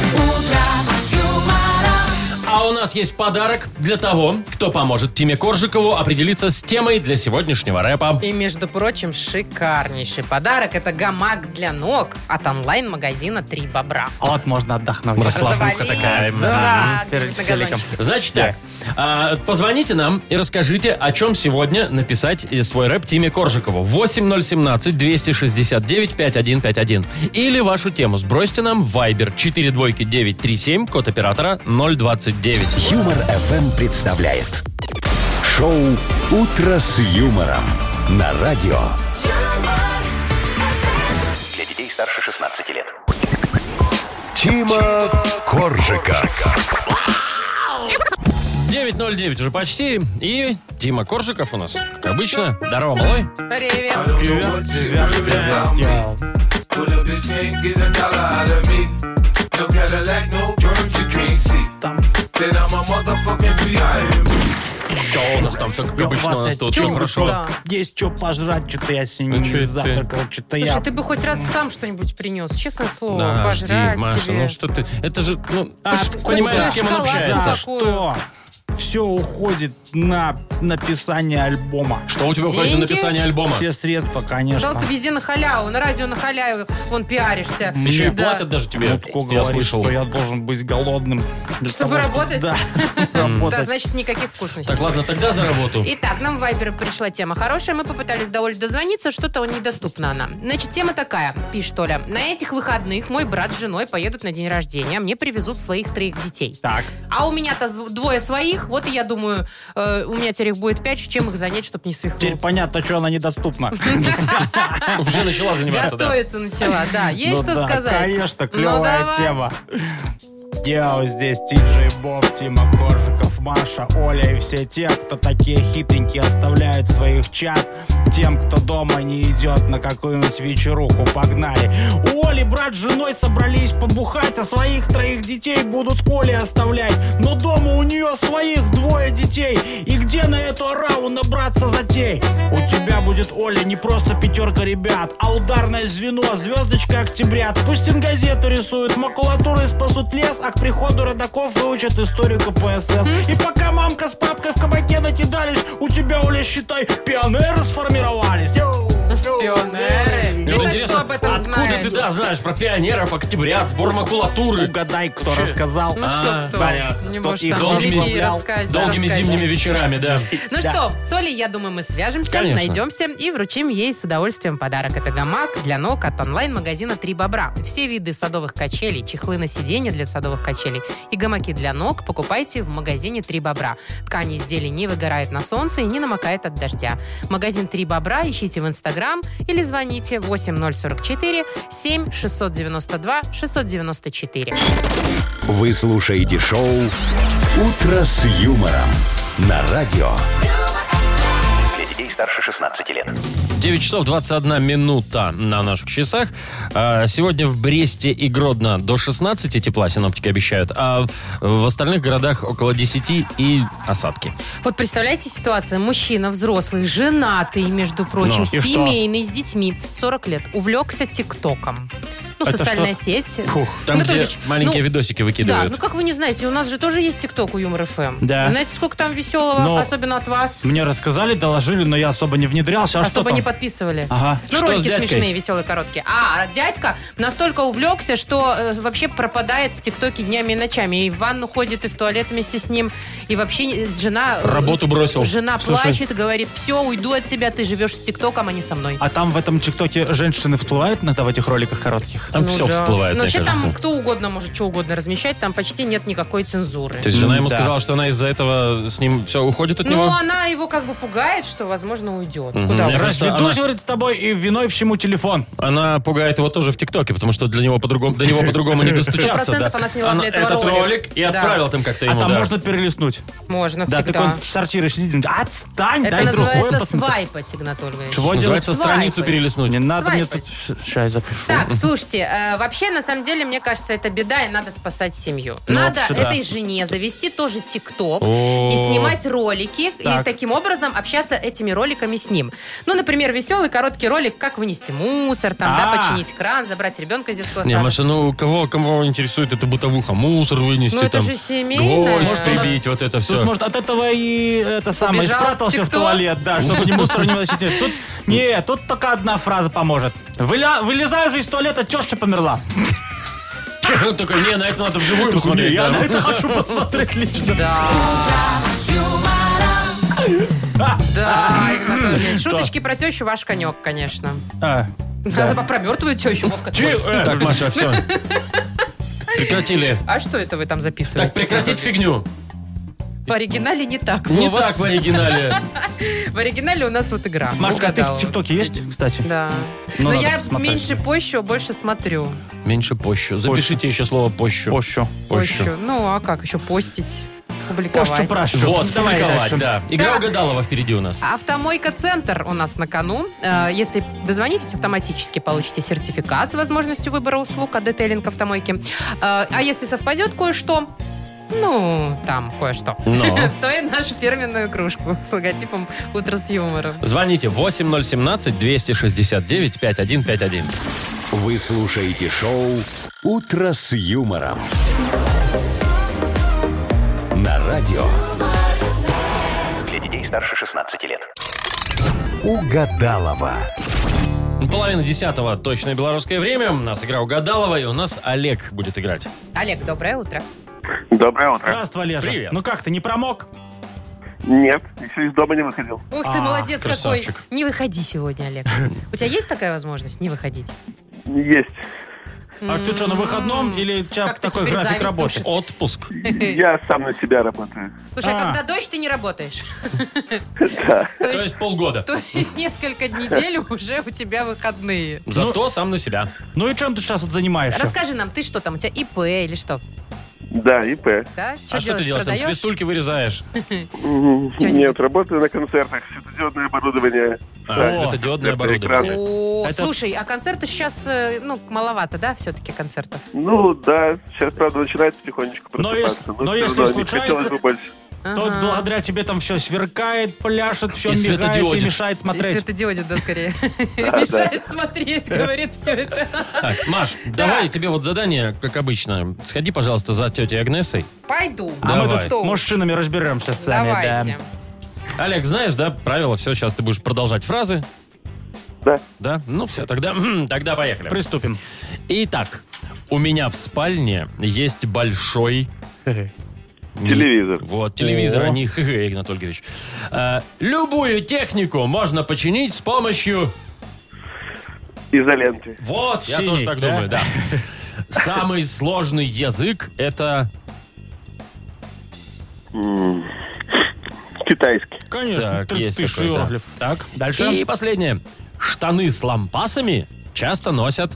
Speaker 2: А у нас есть подарок для того, кто поможет Тиме Коржикову определиться с темой для сегодняшнего рэпа.
Speaker 3: И, между прочим, шикарнейший подарок. Это гамак для ног от онлайн-магазина «Три бобра».
Speaker 4: Вот можно отдохнуть.
Speaker 2: Расслабуха
Speaker 3: Завалиться,
Speaker 2: такая.
Speaker 3: да,
Speaker 4: Мгм. Перед
Speaker 3: где-нибудь на
Speaker 4: телеком.
Speaker 3: газончике.
Speaker 2: Значит так, а, позвоните нам и расскажите, о чем сегодня написать э, свой рэп Тиме Коржикову. 8017-269-5151. Или вашу тему сбросьте нам в Viber 42937, код оператора 029.
Speaker 1: Юмор ФМ представляет шоу Утро с юмором на радио.
Speaker 6: Для детей старше 16 лет.
Speaker 1: Тима Коржика.
Speaker 2: 909 уже почти. И Тима Коржиков у нас, как обычно. Здорово, малой.
Speaker 3: Привет.
Speaker 12: Pull up this chain, get a dollar out of me. No Cadillac, no drink. if you can't see. Then I'm a motherfucking B.I.M.B.
Speaker 2: Да у нас там все как обычно, у нас тут все хорошо.
Speaker 4: Есть что пожрать, что-то я сегодня
Speaker 2: Ну, чё
Speaker 4: не
Speaker 2: это?
Speaker 4: завтракал, что-то
Speaker 3: Слушай,
Speaker 4: я...
Speaker 3: ты бы хоть раз сам что-нибудь принес, честное слово.
Speaker 2: Да, жди,
Speaker 3: пожрать
Speaker 2: Маша,
Speaker 3: тебе.
Speaker 2: ну что ты, это же, ну,
Speaker 3: А,
Speaker 2: ты ж
Speaker 3: хоть
Speaker 2: понимаешь,
Speaker 3: бы
Speaker 2: с кем он
Speaker 3: шоколад
Speaker 2: общается.
Speaker 3: какой.
Speaker 4: Что? Все уходит на написание альбома.
Speaker 2: Что у тебя уходит на
Speaker 3: Деньги?
Speaker 2: написание альбома?
Speaker 4: Все средства,
Speaker 3: Да
Speaker 4: конечно.
Speaker 3: ты везде на халяву, на радио на халяву, вон пиаришься.
Speaker 2: Еще и
Speaker 3: Да.
Speaker 2: платят даже тебе,
Speaker 4: Мутко
Speaker 2: я
Speaker 4: Ну, говорит,
Speaker 2: слышал.
Speaker 4: что я должен быть голодным. для
Speaker 3: Чтобы
Speaker 4: того,
Speaker 3: работать?
Speaker 4: Да,
Speaker 3: Да,
Speaker 4: работать.
Speaker 3: значит, никаких вкусностей.
Speaker 2: Так, ладно, тогда за работу.
Speaker 3: Итак, нам в Вайбер пришла тема хорошая. Мы попытались до Оли дозвониться, что-то недоступна она. Значит, тема такая, пишет Оля. На этих выходных мой брат с женой поедут на день рождения. Мне привезут своих троих детей.
Speaker 4: Так.
Speaker 3: А у меня-то зв- двое своих. Вот и я думаю, э, у меня теперь их будет пять. Чем их занять, чтобы не
Speaker 4: Теперь
Speaker 3: свихнуться?
Speaker 4: понятно, что она недоступна.
Speaker 2: Уже начала заниматься, да.
Speaker 3: Готовиться начала, да. Есть
Speaker 4: Ну
Speaker 3: что
Speaker 4: да,
Speaker 3: сказать?
Speaker 4: Конечно,
Speaker 3: Ну
Speaker 4: клевая
Speaker 3: давай.
Speaker 4: тема. Йоу, здесь Тиджей Боб, Тима Коржиков, Маша, Оля и все те, кто такие хитренькие оставляют своих чат. Тем, кто дома не идет на какую-нибудь вечеруху, погнали. У Оли брат с женой собрались побухать, а своих троих детей будут Оле оставлять. Но дома у нее своих двое детей. И где на эту рау набраться затей? У тебя будет, Оля, не просто пятерка ребят, а ударное звено, звездочка октябрят. Пусть газету рисуют, макулатурой спасут лес, а к приходу родаков выучат историю КПСС. И пока мамка с папкой в кабаке накидались, у тебя, Оля, считай, пионеры сформировались. Йоу, йоу,
Speaker 3: Пионеры.
Speaker 2: Мне
Speaker 3: Ты-то
Speaker 2: вот
Speaker 3: что
Speaker 2: интересно,
Speaker 3: об этом
Speaker 2: откуда
Speaker 3: знаешь?
Speaker 2: ты, да, знаешь про пионеров, октября, сбор макулатуры?
Speaker 4: Угадай, кто
Speaker 2: Вообще.
Speaker 4: рассказал.
Speaker 3: Ну,
Speaker 2: А,
Speaker 3: кто, кто?
Speaker 2: понятно.
Speaker 3: Не
Speaker 4: Тот
Speaker 3: может,
Speaker 4: и
Speaker 3: там
Speaker 2: долгими-
Speaker 3: великий
Speaker 4: долгими
Speaker 3: рассказчик,
Speaker 2: Долгими
Speaker 3: рассказчик.
Speaker 2: зимними вечерами, да.
Speaker 3: Ну
Speaker 4: Да.
Speaker 3: что, с Олей, я думаю, мы свяжемся,
Speaker 2: Конечно.
Speaker 3: найдемся и вручим ей с удовольствием подарок. Это гамак для ног от онлайн-магазина «Три бобра». Все виды садовых качелей, чехлы на сиденье для садовых качелей и гамаки для ног покупайте в магазине «Три бобра». Ткань изделий не выгорает на солнце и не намокает от дождя. Магазин «Три бобра» ищите в Инстаграм или звоните 8044 7 692 694.
Speaker 1: Вы слушаете шоу «Утро с юмором» на радио.
Speaker 6: Для детей старше 16 лет.
Speaker 2: 9 часов 21 минута на наших часах. А, Сегодня в Бресте и Гродно до 16 тепла синоптики обещают, а в остальных городах около 10 и осадки.
Speaker 3: Вот представляете ситуацию. Мужчина взрослый, женатый, между прочим,
Speaker 2: Ну, и что?
Speaker 3: семейный, с детьми, 40 лет, увлекся ТикТоком. Ну,
Speaker 2: Это
Speaker 3: социальная
Speaker 2: что?
Speaker 3: сеть.
Speaker 2: Там, где
Speaker 3: Анатольевич,
Speaker 2: маленькие
Speaker 3: ну,
Speaker 2: видосики
Speaker 3: Да, ну
Speaker 2: выкидывают.
Speaker 3: как вы не знаете, у нас же тоже есть ТикТок у Юмор ФМ.
Speaker 4: Да.
Speaker 3: Знаете, сколько там веселого,
Speaker 4: Но-
Speaker 3: особенно от вас.
Speaker 4: Мне рассказали, доложили, но я особо не внедрялся. А что
Speaker 3: Особо
Speaker 4: там?
Speaker 3: не подписывали.
Speaker 4: Ага.
Speaker 3: Ну,
Speaker 2: Что с
Speaker 3: ролики
Speaker 2: дядькой?
Speaker 3: смешные, веселые, короткие. А, дядька настолько увлекся, что э, вообще пропадает в ТикТоке днями и ночами. И в ванну ходит, и в туалет вместе с ним. И вообще не- жена... э,
Speaker 2: Работу бросил.
Speaker 3: Жена
Speaker 2: Слушай.
Speaker 3: плачет, говорит, все, уйду от тебя, ты живешь с ТикТоком, а не со мной.
Speaker 4: А там в этом ТикТоке женщины всплывают иногда в этих роликах коротких?
Speaker 2: Там все всплывает,
Speaker 3: Но
Speaker 2: мне
Speaker 3: ну вообще там
Speaker 2: кажется.
Speaker 3: кто угодно может что угодно размещать, там почти нет никакой цензуры.
Speaker 2: То есть жена ему
Speaker 4: М-да.
Speaker 2: сказала, что она из-за этого с ним все уходит от
Speaker 3: Ну,
Speaker 2: него?
Speaker 3: она его как бы пугает, что, возможно, уйдет.
Speaker 2: Мгм.
Speaker 3: Куда
Speaker 2: Мне
Speaker 3: уж.
Speaker 2: кажется,
Speaker 4: Разведусь, говорит, с тобой и виной всему телефон.
Speaker 2: Она пугает его тоже в ТикТоке, потому что для него по-другому, до него по-другому не достучаться. да.
Speaker 3: 100% она сняла для этого
Speaker 2: этот
Speaker 3: ролик.
Speaker 2: ролик и
Speaker 3: Да.
Speaker 2: отправил там как-то
Speaker 4: А
Speaker 2: ему.
Speaker 4: там
Speaker 2: да.
Speaker 4: можно перелистнуть.
Speaker 3: Можно
Speaker 4: Да, так
Speaker 3: всегда.
Speaker 4: он в сортире сидит. Отстань,
Speaker 3: Это
Speaker 4: дай другое
Speaker 3: называется
Speaker 4: посмотреть.
Speaker 3: свайпать, Игнат Ольгович.
Speaker 4: Чего
Speaker 2: Называется
Speaker 3: Свайпать.
Speaker 2: страницу перелистнуть.
Speaker 4: Не надо мне тут...
Speaker 3: Свайпать.
Speaker 4: Сейчас запишу.
Speaker 3: Так, слушайте, э, вообще, на самом деле, мне кажется, это беда, и надо спасать семью.
Speaker 4: Ну,
Speaker 3: надо
Speaker 4: вообще, да.
Speaker 3: этой жене завести тоже ТикТок
Speaker 2: О.
Speaker 3: и снимать ролики, и
Speaker 4: Так.
Speaker 3: таким образом общаться этими роликами с ним. Ну, например, веселый короткий ролик, как вынести мусор, там, да,
Speaker 4: А.
Speaker 3: починить кран, забрать ребенка из детского
Speaker 2: Не,
Speaker 3: сада.
Speaker 2: Маша, ну кого, кого интересует эта бытовуха? Мусор вынести,
Speaker 3: Ну, это
Speaker 2: там,
Speaker 3: же семейное.
Speaker 2: гвоздь
Speaker 3: Может,
Speaker 2: прибить, вот это все.
Speaker 4: Тут, может, от этого и это самое,
Speaker 3: Побежал в
Speaker 4: спрятался в
Speaker 3: ТикТок?
Speaker 4: туалет, да, чтобы не мусор не выносить. Тут, не, тут только одна фраза поможет. Выля- вылезаю же из туалета, теща померла.
Speaker 2: Он такой, Ну, не, на это надо вживую посмотреть.
Speaker 4: Не, я
Speaker 2: да.
Speaker 4: на это хочу посмотреть лично.
Speaker 3: Да. Да, Игнат Ольгович, шуточки про тещу ваш конек, конечно.
Speaker 4: А,
Speaker 3: Надо про мертвую тещу, Вовка.
Speaker 2: Э, Так, Маша, все. Прекратили.
Speaker 3: А что это вы там записываете?
Speaker 2: Так, прекратить фигню.
Speaker 3: В оригинале не так.
Speaker 2: Не
Speaker 3: Вова.
Speaker 2: так в оригинале.
Speaker 3: В оригинале у нас вот игра.
Speaker 4: Машка, а ты в
Speaker 3: Угадала.
Speaker 4: ТикТоке есть, кстати?
Speaker 3: Да.
Speaker 4: Ну,
Speaker 3: Но
Speaker 4: надо
Speaker 3: я
Speaker 4: посмотреть.
Speaker 3: меньше пощу, а больше смотрю.
Speaker 2: Меньше пощу. Запишите еще слово пощу.
Speaker 4: Пощу.
Speaker 2: Пощу.
Speaker 3: Пощу. Ну, а как еще постить? Публиковать.
Speaker 4: Костю Пращу.
Speaker 2: Вот,
Speaker 4: Давай
Speaker 2: публиковать,
Speaker 4: дальше.
Speaker 2: да. Игра
Speaker 3: Да.
Speaker 2: угадалова впереди у нас.
Speaker 3: Автомойка-центр у нас на кону. Э, Если дозвонитесь, автоматически получите сертификат с возможностью выбора услуг от детейлинг автомойки. Э, А если совпадет кое-что, ну, там кое-что,
Speaker 2: Но.
Speaker 4: Ну.
Speaker 3: то и нашу фирменную кружку с логотипом «Утро с юмором».
Speaker 2: Звоните 8017-269-5151.
Speaker 1: Вы слушаете шоу «Утро с юмором». На радио
Speaker 6: Для детей старше 16 лет.
Speaker 1: «Угадалова».
Speaker 2: Половина десятого точное белорусское время. У нас игра угадалова, и у нас Олег будет играть.
Speaker 3: Олег, доброе утро.
Speaker 9: Доброе утро.
Speaker 4: Здравствуй, Олежа.
Speaker 2: Привет.
Speaker 4: Ну как ты, не промок?
Speaker 9: Нет, еще из дома не выходил.
Speaker 3: Ух ты,
Speaker 4: А,
Speaker 3: молодец
Speaker 2: красавчик.
Speaker 3: какой. Не выходи сегодня, Олег. У тебя есть такая возможность не выходить?
Speaker 9: Есть.
Speaker 4: А ты что, на выходном или у тебя
Speaker 3: Как-то
Speaker 4: такой
Speaker 3: теперь
Speaker 4: график
Speaker 3: зависть
Speaker 4: работы?
Speaker 2: Отпуск.
Speaker 9: Я сам на себя работаю.
Speaker 3: Слушай, а
Speaker 4: А.
Speaker 3: когда дождь, ты не работаешь.
Speaker 2: То есть полгода.
Speaker 3: То есть несколько недель уже у тебя выходные.
Speaker 2: Зато сам на себя.
Speaker 4: Ну и чем ты сейчас вот занимаешься?
Speaker 3: Расскажи нам, ты что там, у тебя ИП или что?
Speaker 9: Да, ИП.
Speaker 3: Да?
Speaker 2: а что ты делаешь? Там
Speaker 3: продаешь?
Speaker 2: свистульки вырезаешь.
Speaker 9: Мгм.
Speaker 3: Чё-нибудь?
Speaker 9: Нет, работаю на концертах. Светодиодное оборудование.
Speaker 2: А,
Speaker 9: Так,
Speaker 2: светодиодное
Speaker 9: для
Speaker 2: оборудование.
Speaker 9: экрана.
Speaker 3: О,
Speaker 4: Это-
Speaker 3: Слушай, а концерты сейчас, э, ну, маловато, да, все-таки концертов?
Speaker 9: Ну да, сейчас, правда, начинает потихонечку
Speaker 4: Но
Speaker 9: просыпаться. Ну
Speaker 4: если-
Speaker 9: всё
Speaker 4: но если
Speaker 9: равно не
Speaker 4: случается-
Speaker 9: хотелось бы больше.
Speaker 4: То вот благодаря тебе там все сверкает, пляшет, все
Speaker 2: И
Speaker 4: мигает и
Speaker 2: светодиодит.
Speaker 4: мешает
Speaker 3: Если
Speaker 4: смотреть.
Speaker 3: это диодит, да, скорее.
Speaker 9: да.
Speaker 3: Мешает смотреть, говорит все это.
Speaker 2: Так, Маш, давай тебе вот задание, как обычно. Сходи, пожалуйста, за тетей Агнесой.
Speaker 3: Пойду.
Speaker 4: А мы
Speaker 2: Давай.
Speaker 4: тут мужчинами разберемся сами. да.
Speaker 3: Давайте.
Speaker 2: Олег, знаешь, да, правило, все, сейчас ты будешь продолжать фразы.
Speaker 9: Да.
Speaker 2: Да? Ну все, тогда, тогда поехали.
Speaker 4: Приступим.
Speaker 2: Итак, у меня в спальне есть большой...
Speaker 9: Телевизор.
Speaker 2: Вот, телевизор,
Speaker 4: О.
Speaker 2: а не хы Игнат Ольгович. Э, любую технику можно починить с помощью...
Speaker 9: Изоленты.
Speaker 2: Вот, я
Speaker 4: Синей,
Speaker 2: тоже так
Speaker 4: да?
Speaker 2: думаю, да. Самый сложный язык — это...
Speaker 9: М, Китайский.
Speaker 4: Конечно,
Speaker 2: Так, есть
Speaker 4: 30 тысяч
Speaker 2: такой, да.
Speaker 4: иероглиф. Так, дальше.
Speaker 2: И последнее. Штаны с лампасами часто носят...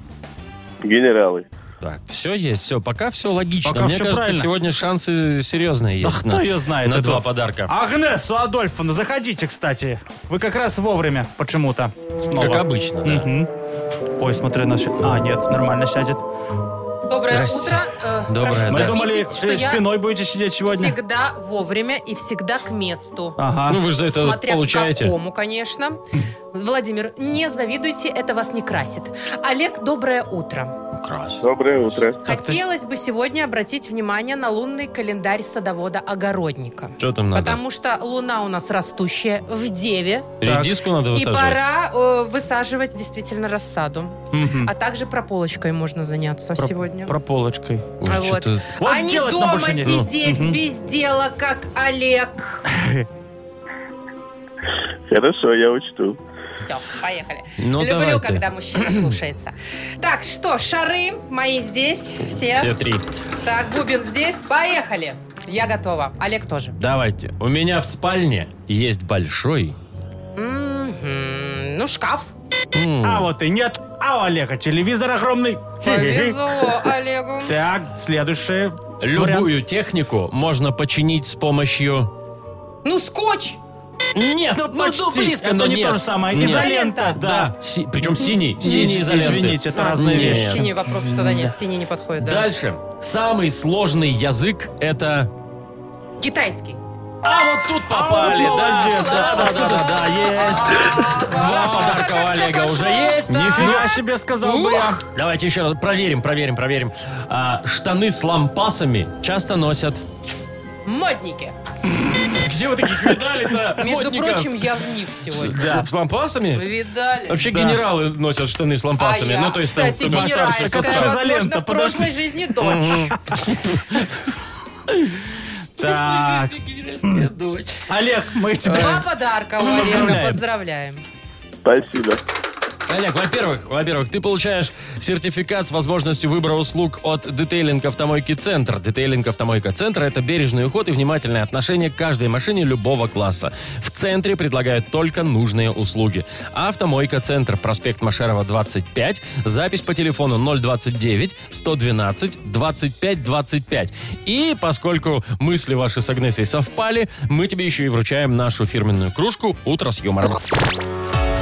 Speaker 9: Генералы.
Speaker 2: Так, все есть, все, пока все логично.
Speaker 4: Пока
Speaker 2: Мне
Speaker 4: всё
Speaker 2: кажется,
Speaker 4: правильно.
Speaker 2: сегодня шансы серьезные
Speaker 4: Да
Speaker 2: есть.
Speaker 4: кто
Speaker 2: на-
Speaker 4: ее знает? А,
Speaker 2: На
Speaker 4: эту?
Speaker 2: два подарка.
Speaker 4: Агнесу Адольфовну, заходите, кстати. Вы как раз вовремя почему-то. Снова.
Speaker 2: Как обычно, да.
Speaker 4: Мгм. Ой, смотри, наш... А, нет, нормально сядет.
Speaker 3: Доброе
Speaker 2: Здрасте.
Speaker 3: утро. Э,
Speaker 2: Доброе,
Speaker 3: прошу
Speaker 2: да.
Speaker 4: Мы
Speaker 2: Заметить,
Speaker 4: думали,
Speaker 3: заметить,
Speaker 4: э,
Speaker 3: что я
Speaker 4: спиной будете сидеть сегодня.
Speaker 3: всегда вовремя и всегда к месту.
Speaker 4: Ага.
Speaker 2: Ну, вы же за это
Speaker 3: Смотря
Speaker 2: получаете.
Speaker 3: к какому, конечно. Владимир, не завидуйте, это вас не красит. Олег, доброе утро.
Speaker 2: Красиво.
Speaker 9: Доброе утро.
Speaker 4: Как ты-
Speaker 3: Хотелось бы сегодня обратить внимание на лунный календарь садовода-огородника.
Speaker 2: Что там надо?
Speaker 3: Потому что луна у нас растущая в Деве.
Speaker 2: Редиску надо
Speaker 3: И
Speaker 2: высаживать?
Speaker 3: пора э, высаживать действительно рассаду.
Speaker 4: Мгм.
Speaker 3: А также прополочкой можно заняться
Speaker 4: Про-
Speaker 3: сегодня.
Speaker 4: Прополочкой.
Speaker 2: Ой,
Speaker 3: А
Speaker 2: чё-то-
Speaker 4: Вот
Speaker 3: а не
Speaker 4: делать нам
Speaker 3: дома
Speaker 4: больше нечего.
Speaker 3: сидеть
Speaker 4: Мгм.
Speaker 3: без дела, как Олег.
Speaker 9: Хорошо, я учту.
Speaker 3: Все, поехали.
Speaker 2: Ну,
Speaker 3: Люблю,
Speaker 2: давайте.
Speaker 3: когда мужчина слушается. Так, что, шары мои здесь, все.
Speaker 2: Все три.
Speaker 3: Так, Губин здесь, поехали. Я готова. Олег тоже.
Speaker 2: Давайте. У меня в спальне есть большой...
Speaker 3: Мгм. Ну, шкаф.
Speaker 2: М,
Speaker 4: А вот и нет. А у Олега телевизор огромный.
Speaker 3: Повезло Олегу.
Speaker 4: Так, следующее.
Speaker 2: Любую технику можно починить с помощью...
Speaker 3: Ну, скотч.
Speaker 2: Нет,
Speaker 4: Ну,
Speaker 2: ну,
Speaker 4: почти.
Speaker 2: ну, близко,
Speaker 4: Это
Speaker 2: но
Speaker 4: не
Speaker 2: нет.
Speaker 4: то же самое.
Speaker 2: Нет.
Speaker 4: Изолента,
Speaker 3: Изолента.
Speaker 4: да.
Speaker 2: Да, си- причем синий, синий
Speaker 4: Из-
Speaker 2: изоленты.
Speaker 4: извините, это разные
Speaker 2: Нет.
Speaker 4: вещи.
Speaker 3: Синий вопрос тогда нет, синий не подходит. да.
Speaker 2: Дальше. Самый сложный язык это...
Speaker 3: Китайский.
Speaker 2: А вот тут попали, да,
Speaker 4: молодец.
Speaker 2: Да, да, да, да, да, есть. Два
Speaker 3: Хорошо,
Speaker 2: подарка у
Speaker 3: как это
Speaker 2: Олега
Speaker 3: пошло.
Speaker 2: уже есть. А,
Speaker 4: Нифига Ну, себе сказал бы я.
Speaker 2: Давайте еще раз проверим, проверим, проверим. А, штаны с лампасами часто носят.
Speaker 3: Модники.
Speaker 2: Где вы такие видали-то?
Speaker 3: Между
Speaker 2: модников?
Speaker 3: прочим, я в них сегодня.
Speaker 2: С- С лампасами?
Speaker 3: Вы видали?
Speaker 2: Вообще генералы носят штаны с лампасами.
Speaker 3: А я,
Speaker 2: ну, то есть там
Speaker 3: кстати,
Speaker 2: кто-то старше
Speaker 3: генеральская,
Speaker 4: состав.
Speaker 2: состава.
Speaker 4: Что за лента?
Speaker 3: возможно, в прошлой
Speaker 4: Подожди.
Speaker 3: жизни дочь.
Speaker 4: Так. Олег, мы тебя...
Speaker 3: Э. Два подарка у Олега.
Speaker 4: Поздравляем.
Speaker 3: Поздравляем.
Speaker 9: Спасибо.
Speaker 2: Ладняк, во-первых, во-первых, ты получаешь сертификат с возможностью выбора услуг от детейлинг автомойки «Центр». Детейлинг автомойка «Центр» — это бережный уход и внимательное отношение к каждой машине любого класса. В «Центре» предлагают только нужные услуги. Автомойка «Центр», проспект Машерова, 25, запись по телефону 029-112-25-25. И поскольку мысли ваши с Агнесой совпали, мы тебе еще и вручаем нашу фирменную кружку «Утро с юмором».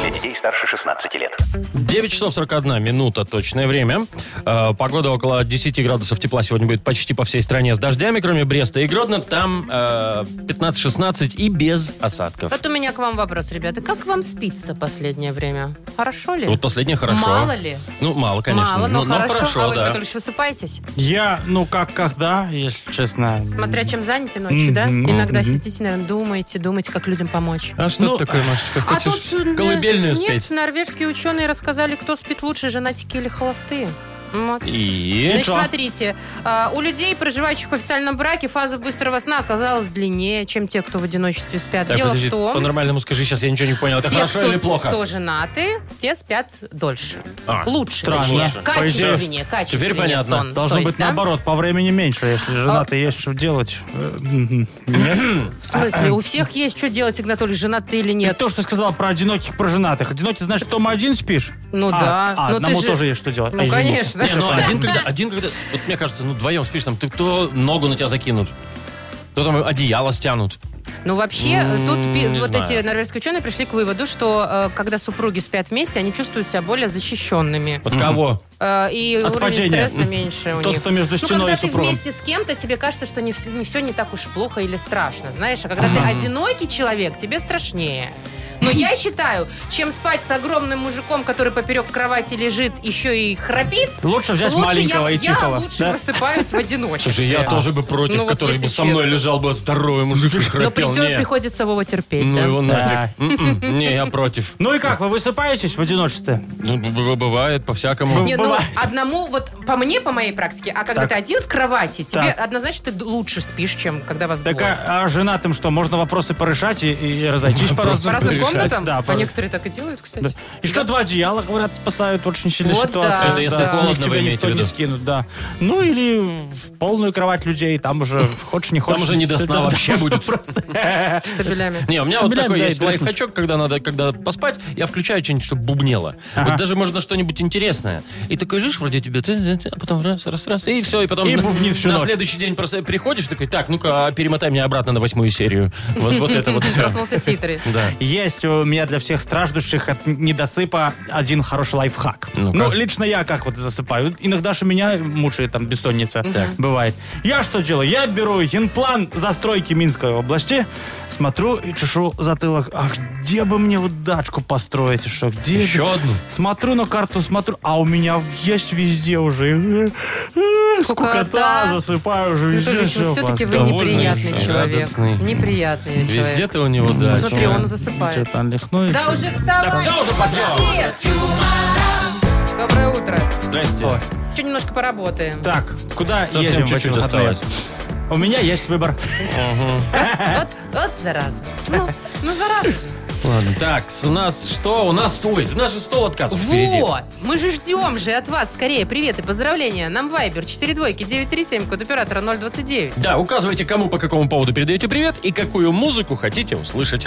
Speaker 6: Для детей старше 16 лет.
Speaker 2: 9 часов 41 минута точное время. Э, погода около 10 градусов тепла сегодня будет почти по всей стране с дождями, кроме Бреста и Гродно. Там э, 15-16 и без осадков.
Speaker 3: Вот у меня к вам вопрос, ребята. Как вам спится последнее время? Хорошо ли?
Speaker 2: Вот последнее хорошо.
Speaker 3: Мало ли?
Speaker 2: Ну, мало, конечно.
Speaker 3: Мало, но, хорошо. а вы,
Speaker 2: да.
Speaker 3: Анатольевич, высыпаетесь?
Speaker 4: Я, ну как, когда, если честно.
Speaker 3: Смотря чем заняты ночью, да?
Speaker 4: Мгм.
Speaker 3: Иногда
Speaker 4: Мгм.
Speaker 3: сидите, наверное, думаете, думаете, как людям помочь.
Speaker 2: А что ты такое, Машечка,
Speaker 3: А
Speaker 2: хочешь?
Speaker 3: тут, э,
Speaker 2: Колыбельную
Speaker 3: Нет,
Speaker 2: спеть?
Speaker 3: норвежские ученые рассказали, кто спит лучше, женатики или холостые. Вот.
Speaker 2: И...
Speaker 3: Значит, смотрите, а, у людей, проживающих в официальном браке, фаза быстрого сна оказалась длиннее, чем те, кто в одиночестве спят.
Speaker 2: Так,
Speaker 3: Дело
Speaker 2: подожди,
Speaker 3: в том,
Speaker 2: по-нормальному скажи, сейчас я ничего не понял. Это
Speaker 3: те,
Speaker 2: хорошо
Speaker 3: кто,
Speaker 2: или плохо?
Speaker 3: кто женаты, те спят дольше.
Speaker 2: А,
Speaker 3: лучше,
Speaker 4: странно.
Speaker 3: точнее.
Speaker 4: По идее,
Speaker 3: Качественнее, качественнее
Speaker 2: теперь понятно.
Speaker 3: сон.
Speaker 4: Должно
Speaker 3: То
Speaker 4: быть
Speaker 3: есть, да? А.
Speaker 4: наоборот, по времени меньше, если женатый есть что делать. Э, мгм. Нет?
Speaker 3: В смысле, у всех есть что делать, Игнатолий, женат ты или
Speaker 4: Ты
Speaker 3: нет?
Speaker 4: то, что сказала про одиноких, про женатых. Одинокий, значит, дома один спишь?
Speaker 3: Ну
Speaker 4: А,
Speaker 3: да.
Speaker 4: А,
Speaker 3: Но ты
Speaker 4: одному
Speaker 3: же-
Speaker 4: тоже есть что делать.
Speaker 3: Ну,
Speaker 4: А, извините.
Speaker 3: конечно.
Speaker 2: Не, ну
Speaker 4: Всё
Speaker 2: один
Speaker 4: понятно.
Speaker 2: когда, один когда... Вот мне кажется, ну вдвоем спишь, там, ты кто ногу на тебя закинут, кто там одеяло стянут.
Speaker 3: Ну, вообще,
Speaker 2: М,
Speaker 3: тут пи-
Speaker 2: не
Speaker 3: вот
Speaker 2: знаю.
Speaker 3: эти норвежские ученые пришли к выводу, что э, когда супруги спят вместе, они чувствуют себя более защищенными.
Speaker 2: От кого?
Speaker 3: Э, и
Speaker 4: От
Speaker 3: уровень
Speaker 4: падения.
Speaker 3: стресса меньше у
Speaker 4: Тот,
Speaker 3: них.
Speaker 4: кто между
Speaker 3: ну,
Speaker 4: стеной
Speaker 3: когда
Speaker 4: и
Speaker 3: ты
Speaker 4: супругом.
Speaker 3: вместе с кем-то, тебе кажется, что не, все, не все не так уж плохо или страшно, знаешь? А когда ты одинокий человек, тебе страшнее. Но я считаю, чем спать с огромным мужиком, который поперек кровати лежит, еще и храпит,
Speaker 4: Лучше взять
Speaker 3: лучше
Speaker 4: маленького
Speaker 3: я,
Speaker 4: и тихого.
Speaker 3: я лучше
Speaker 4: да?
Speaker 3: высыпаюсь в одиночестве.
Speaker 2: Слушай, я
Speaker 4: а,
Speaker 2: тоже бы против,
Speaker 3: Ну, вот
Speaker 2: который бы
Speaker 3: если
Speaker 2: со мной
Speaker 3: честно.
Speaker 2: лежал бы здоровый
Speaker 4: Ну,
Speaker 2: мужик и
Speaker 3: Но
Speaker 2: храпел.
Speaker 3: придет-
Speaker 2: Не.
Speaker 3: приходится Вова терпеть,
Speaker 2: Ну
Speaker 3: да?
Speaker 2: его
Speaker 4: Да.
Speaker 2: нафиг. М-м, Не, я против.
Speaker 4: Ну и как, вы высыпаетесь в одиночестве?
Speaker 2: Ну, б- б- Бывает по-всякому.
Speaker 3: Не, ну,
Speaker 4: Бывает.
Speaker 3: одному, вот по мне, по моей практике, а когда
Speaker 4: Так.
Speaker 3: ты один в кровати, тебе
Speaker 4: Так.
Speaker 3: однозначно ты д- лучше спишь, чем когда вас
Speaker 4: Так
Speaker 3: двое.
Speaker 4: а, а женатым что, можно вопросы порешать и, и разойтись по
Speaker 2: Вопросы
Speaker 3: По
Speaker 4: разным
Speaker 3: разным
Speaker 2: решать,
Speaker 3: комнатам,
Speaker 4: Да,
Speaker 3: а
Speaker 4: по-
Speaker 3: некоторые так и делают, кстати.
Speaker 4: да. И что два одеяла, говорят, спасают очень сильно
Speaker 3: Вот
Speaker 4: ситуацию.
Speaker 3: да,
Speaker 2: Это если
Speaker 4: да.
Speaker 2: холодно,
Speaker 4: Их
Speaker 2: вы
Speaker 4: тебе
Speaker 2: имеете
Speaker 4: никто
Speaker 2: в виду.
Speaker 4: не скинут, да. Ну или в полную кровать людей, там уже хочешь, не
Speaker 2: Там
Speaker 4: хочешь.
Speaker 2: уже не до
Speaker 4: Да,
Speaker 2: сна
Speaker 4: да,
Speaker 2: вообще
Speaker 4: да,
Speaker 2: будет.
Speaker 4: просто.
Speaker 3: Штабелями.
Speaker 2: Не, у меня вот
Speaker 4: Штабелями,
Speaker 2: такой
Speaker 4: да,
Speaker 2: есть
Speaker 4: и дрыхнешь.
Speaker 2: лайфхачок, когда надо, когда поспать, я включаю что-нибудь, чтобы бубнело.
Speaker 4: Ага.
Speaker 2: Вот даже можно что-нибудь интересное. И такой лишь вроде тебе, ты- ты- а потом раз, раз, раз, и все, и потом
Speaker 4: И
Speaker 2: на-
Speaker 4: бубнит всю
Speaker 2: на
Speaker 4: ночь.
Speaker 2: следующий день просто приходишь, такой, так, ну-ка, а перемотай меня обратно на восьмую серию. Вот, вот это вот все.
Speaker 3: Проснулся титры. Ну,
Speaker 2: Да.
Speaker 4: Есть у меня для всех страждущих от недосыпа один хороший лайфхак.
Speaker 2: Ну-ка.
Speaker 4: Ну, лично я как вот засыпаю. Иногда же меня мучает там бессонница. Бывает. Я что делаю? Я беру генплан застройки Минской области, смотрю и чешу затылок. А где бы мне вот дачку построить? и Что, где? бы?
Speaker 2: Еще одну.
Speaker 4: Смотрю на карту, смотрю, а у меня есть везде уже.
Speaker 3: Скукота.
Speaker 4: Скукота, засыпаю уже везде.
Speaker 3: Анатолий Ильич, ну,
Speaker 4: всё
Speaker 3: все-таки вы
Speaker 2: Довольный
Speaker 3: неприятный
Speaker 2: уже,
Speaker 3: человек.
Speaker 2: радостный.
Speaker 3: Неприятный вы
Speaker 2: Везде
Speaker 3: человек.
Speaker 2: ты у него,
Speaker 4: Ну,
Speaker 2: да.
Speaker 3: Смотри, он
Speaker 4: Чё
Speaker 3: засыпает.
Speaker 4: там лихнует?
Speaker 3: Да уже вставай!
Speaker 2: Да всё уже
Speaker 3: Молодец! Доброе утро.
Speaker 2: Здрасте.
Speaker 3: Еще немножко поработаем.
Speaker 4: Так, куда
Speaker 2: Совсем
Speaker 4: едем в эти
Speaker 2: чуть-чуть
Speaker 4: выходные?
Speaker 2: осталось.
Speaker 4: У меня есть выбор.
Speaker 3: Вот, вот зараза. Ну, ну зараза же.
Speaker 2: Так, у нас что? У нас, ой, у нас же стол отказов впереди.
Speaker 3: Вот! Мы же ждем же от вас скорее привет и поздравления. Нам Viber 42937, код оператора 029.
Speaker 2: Да, указывайте, кому по какому поводу передаете привет и какую музыку хотите услышать.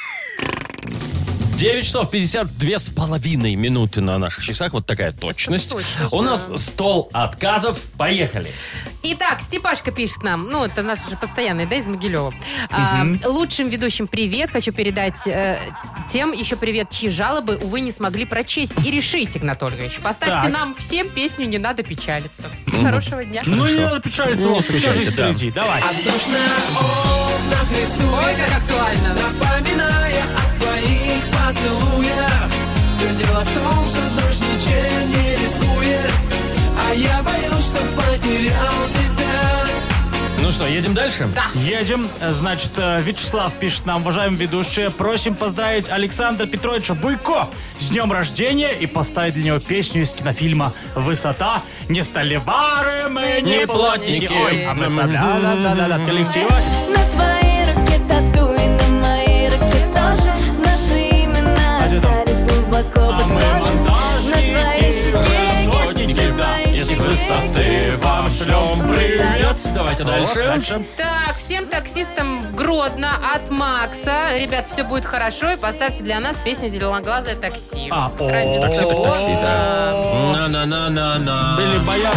Speaker 2: 9 часов 52 с половиной минуты на наших часах. Вот такая точность.
Speaker 3: Так точность,
Speaker 2: У
Speaker 3: да.
Speaker 2: нас стол отказов. Поехали.
Speaker 3: Итак, Степашка пишет нам, ну, это наш уже постоянный, да, из Могилева. А, лучшим ведущим привет. Хочу передать э, тем еще привет, чьи жалобы, увы, не смогли прочесть и решить, Игнатольевич. Поставьте
Speaker 4: Так.
Speaker 3: нам всем песню «Не надо печалиться». Хорошего дня.
Speaker 4: Ну не надо печалиться,
Speaker 2: Не
Speaker 4: Вовка, вся
Speaker 2: скучайте,
Speaker 4: жизнь
Speaker 2: да.
Speaker 4: впереди. Давай.
Speaker 3: Ой, как актуально.
Speaker 8: Напоминая о твоих поцелуях Все дело в том, что дождь ничем не рискует А я боюсь, что потерял тебя
Speaker 2: Ну что, что, едем дальше? Да.
Speaker 4: Едем. Э, Значит, э, Вячеслав пишет нам, уважаемые ведущие, просим поздравить Александра Петровича Буйко с днем рождения и поставить для него песню из кинофильма «Высота». Не столевары мы, не
Speaker 8: Не
Speaker 4: плотники.
Speaker 8: плотники.
Speaker 4: Ой, а мы соля- да-да-да-да, от коллектива.
Speaker 8: На твоей руке тату и на моей руке тоже Наши имена остались глубоко под кожей На твоей щеке
Speaker 2: Сотники, да, из высоты вам шлем привет. Давайте дальше.
Speaker 3: Так, всем таксистам Гродно от Макса. Ребят, все будет хорошо. И поставьте для нас песню «Зеленоглазое такси».
Speaker 2: А, о,
Speaker 3: Ради
Speaker 2: такси, так
Speaker 3: всего.
Speaker 2: такси, да. На-на-на-на-на. Были
Speaker 4: боя.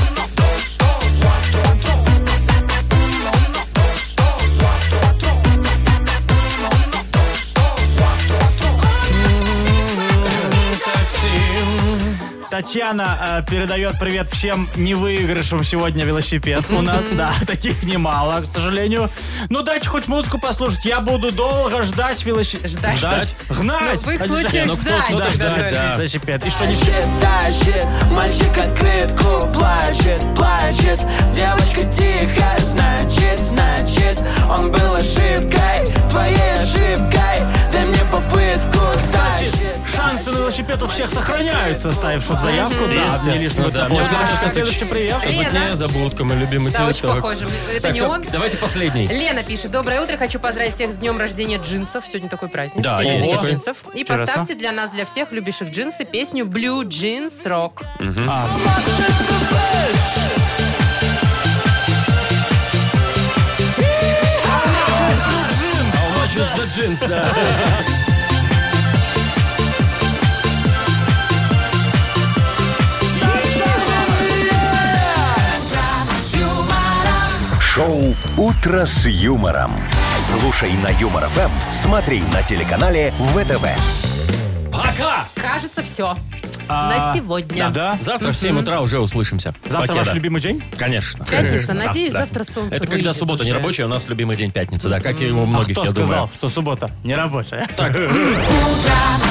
Speaker 4: Татьяна э, передает привет всем невыигрышам сегодня велосипед у нас. Да, таких немало, к сожалению. Ну, дайте хоть музыку послушать. Я буду долго ждать велосипед.
Speaker 3: Ждать?
Speaker 4: Гнать.
Speaker 3: Ну, в их случаях
Speaker 4: Ну,
Speaker 3: ждать,
Speaker 4: кто-то
Speaker 3: да,
Speaker 4: ждать,
Speaker 3: да.
Speaker 4: Велосипед. И что не
Speaker 8: Тащит, тащит, мальчик открытку Плачет, плачет, девочка тихо Значит, значит, он был ошибкой Твоей ошибкой, дай мне попытку Значит,
Speaker 4: Шансы на велосипед у всех сохраняются, оставивших заявку. Да,
Speaker 2: Естественно,
Speaker 4: обнялись мы
Speaker 2: Ну да.
Speaker 4: тобой.
Speaker 2: Можно
Speaker 4: Да,
Speaker 2: даже
Speaker 4: что
Speaker 2: что-то
Speaker 4: следующий привет.
Speaker 2: Чтобы
Speaker 3: Лена.
Speaker 2: не заблудка, мой любимый
Speaker 3: Да,
Speaker 2: цветок.
Speaker 3: очень похоже. Это
Speaker 2: Так,
Speaker 3: не
Speaker 2: всё,
Speaker 3: он.
Speaker 2: Давайте последний.
Speaker 3: Лена пишет. Доброе утро. Хочу поздравить всех с днем рождения джинсов. Сегодня такой праздник.
Speaker 2: Да,
Speaker 3: День
Speaker 2: есть
Speaker 3: рождения
Speaker 2: такой.
Speaker 3: джинсов. И
Speaker 2: Интересно.
Speaker 3: поставьте для нас, для всех любящих джинсы, песню Blue Jeans Rock.
Speaker 4: А,
Speaker 2: How much is the jeans, да.
Speaker 1: Шоу «Утро с юмором». Слушай на Юмор ФМ, смотри на телеканале ВТВ.
Speaker 2: Пока!
Speaker 3: Кажется, все.
Speaker 2: А,
Speaker 3: На сегодня.
Speaker 2: Да. Завтра в 7 утра уже услышимся.
Speaker 4: А? Завтра
Speaker 2: Пока,
Speaker 4: ваш
Speaker 2: да.
Speaker 4: любимый день?
Speaker 2: Конечно.
Speaker 3: Пятница.
Speaker 2: Да,
Speaker 3: Надеюсь,
Speaker 2: да.
Speaker 3: завтра солнце
Speaker 2: Это когда
Speaker 3: выйдет
Speaker 2: суббота не
Speaker 3: уже.
Speaker 2: рабочая, у нас любимый день пятница, да, как и у
Speaker 4: а
Speaker 2: многих,
Speaker 4: кто
Speaker 2: я
Speaker 4: сказал,
Speaker 2: думаю.
Speaker 4: что суббота не рабочая?
Speaker 2: Так.
Speaker 8: утро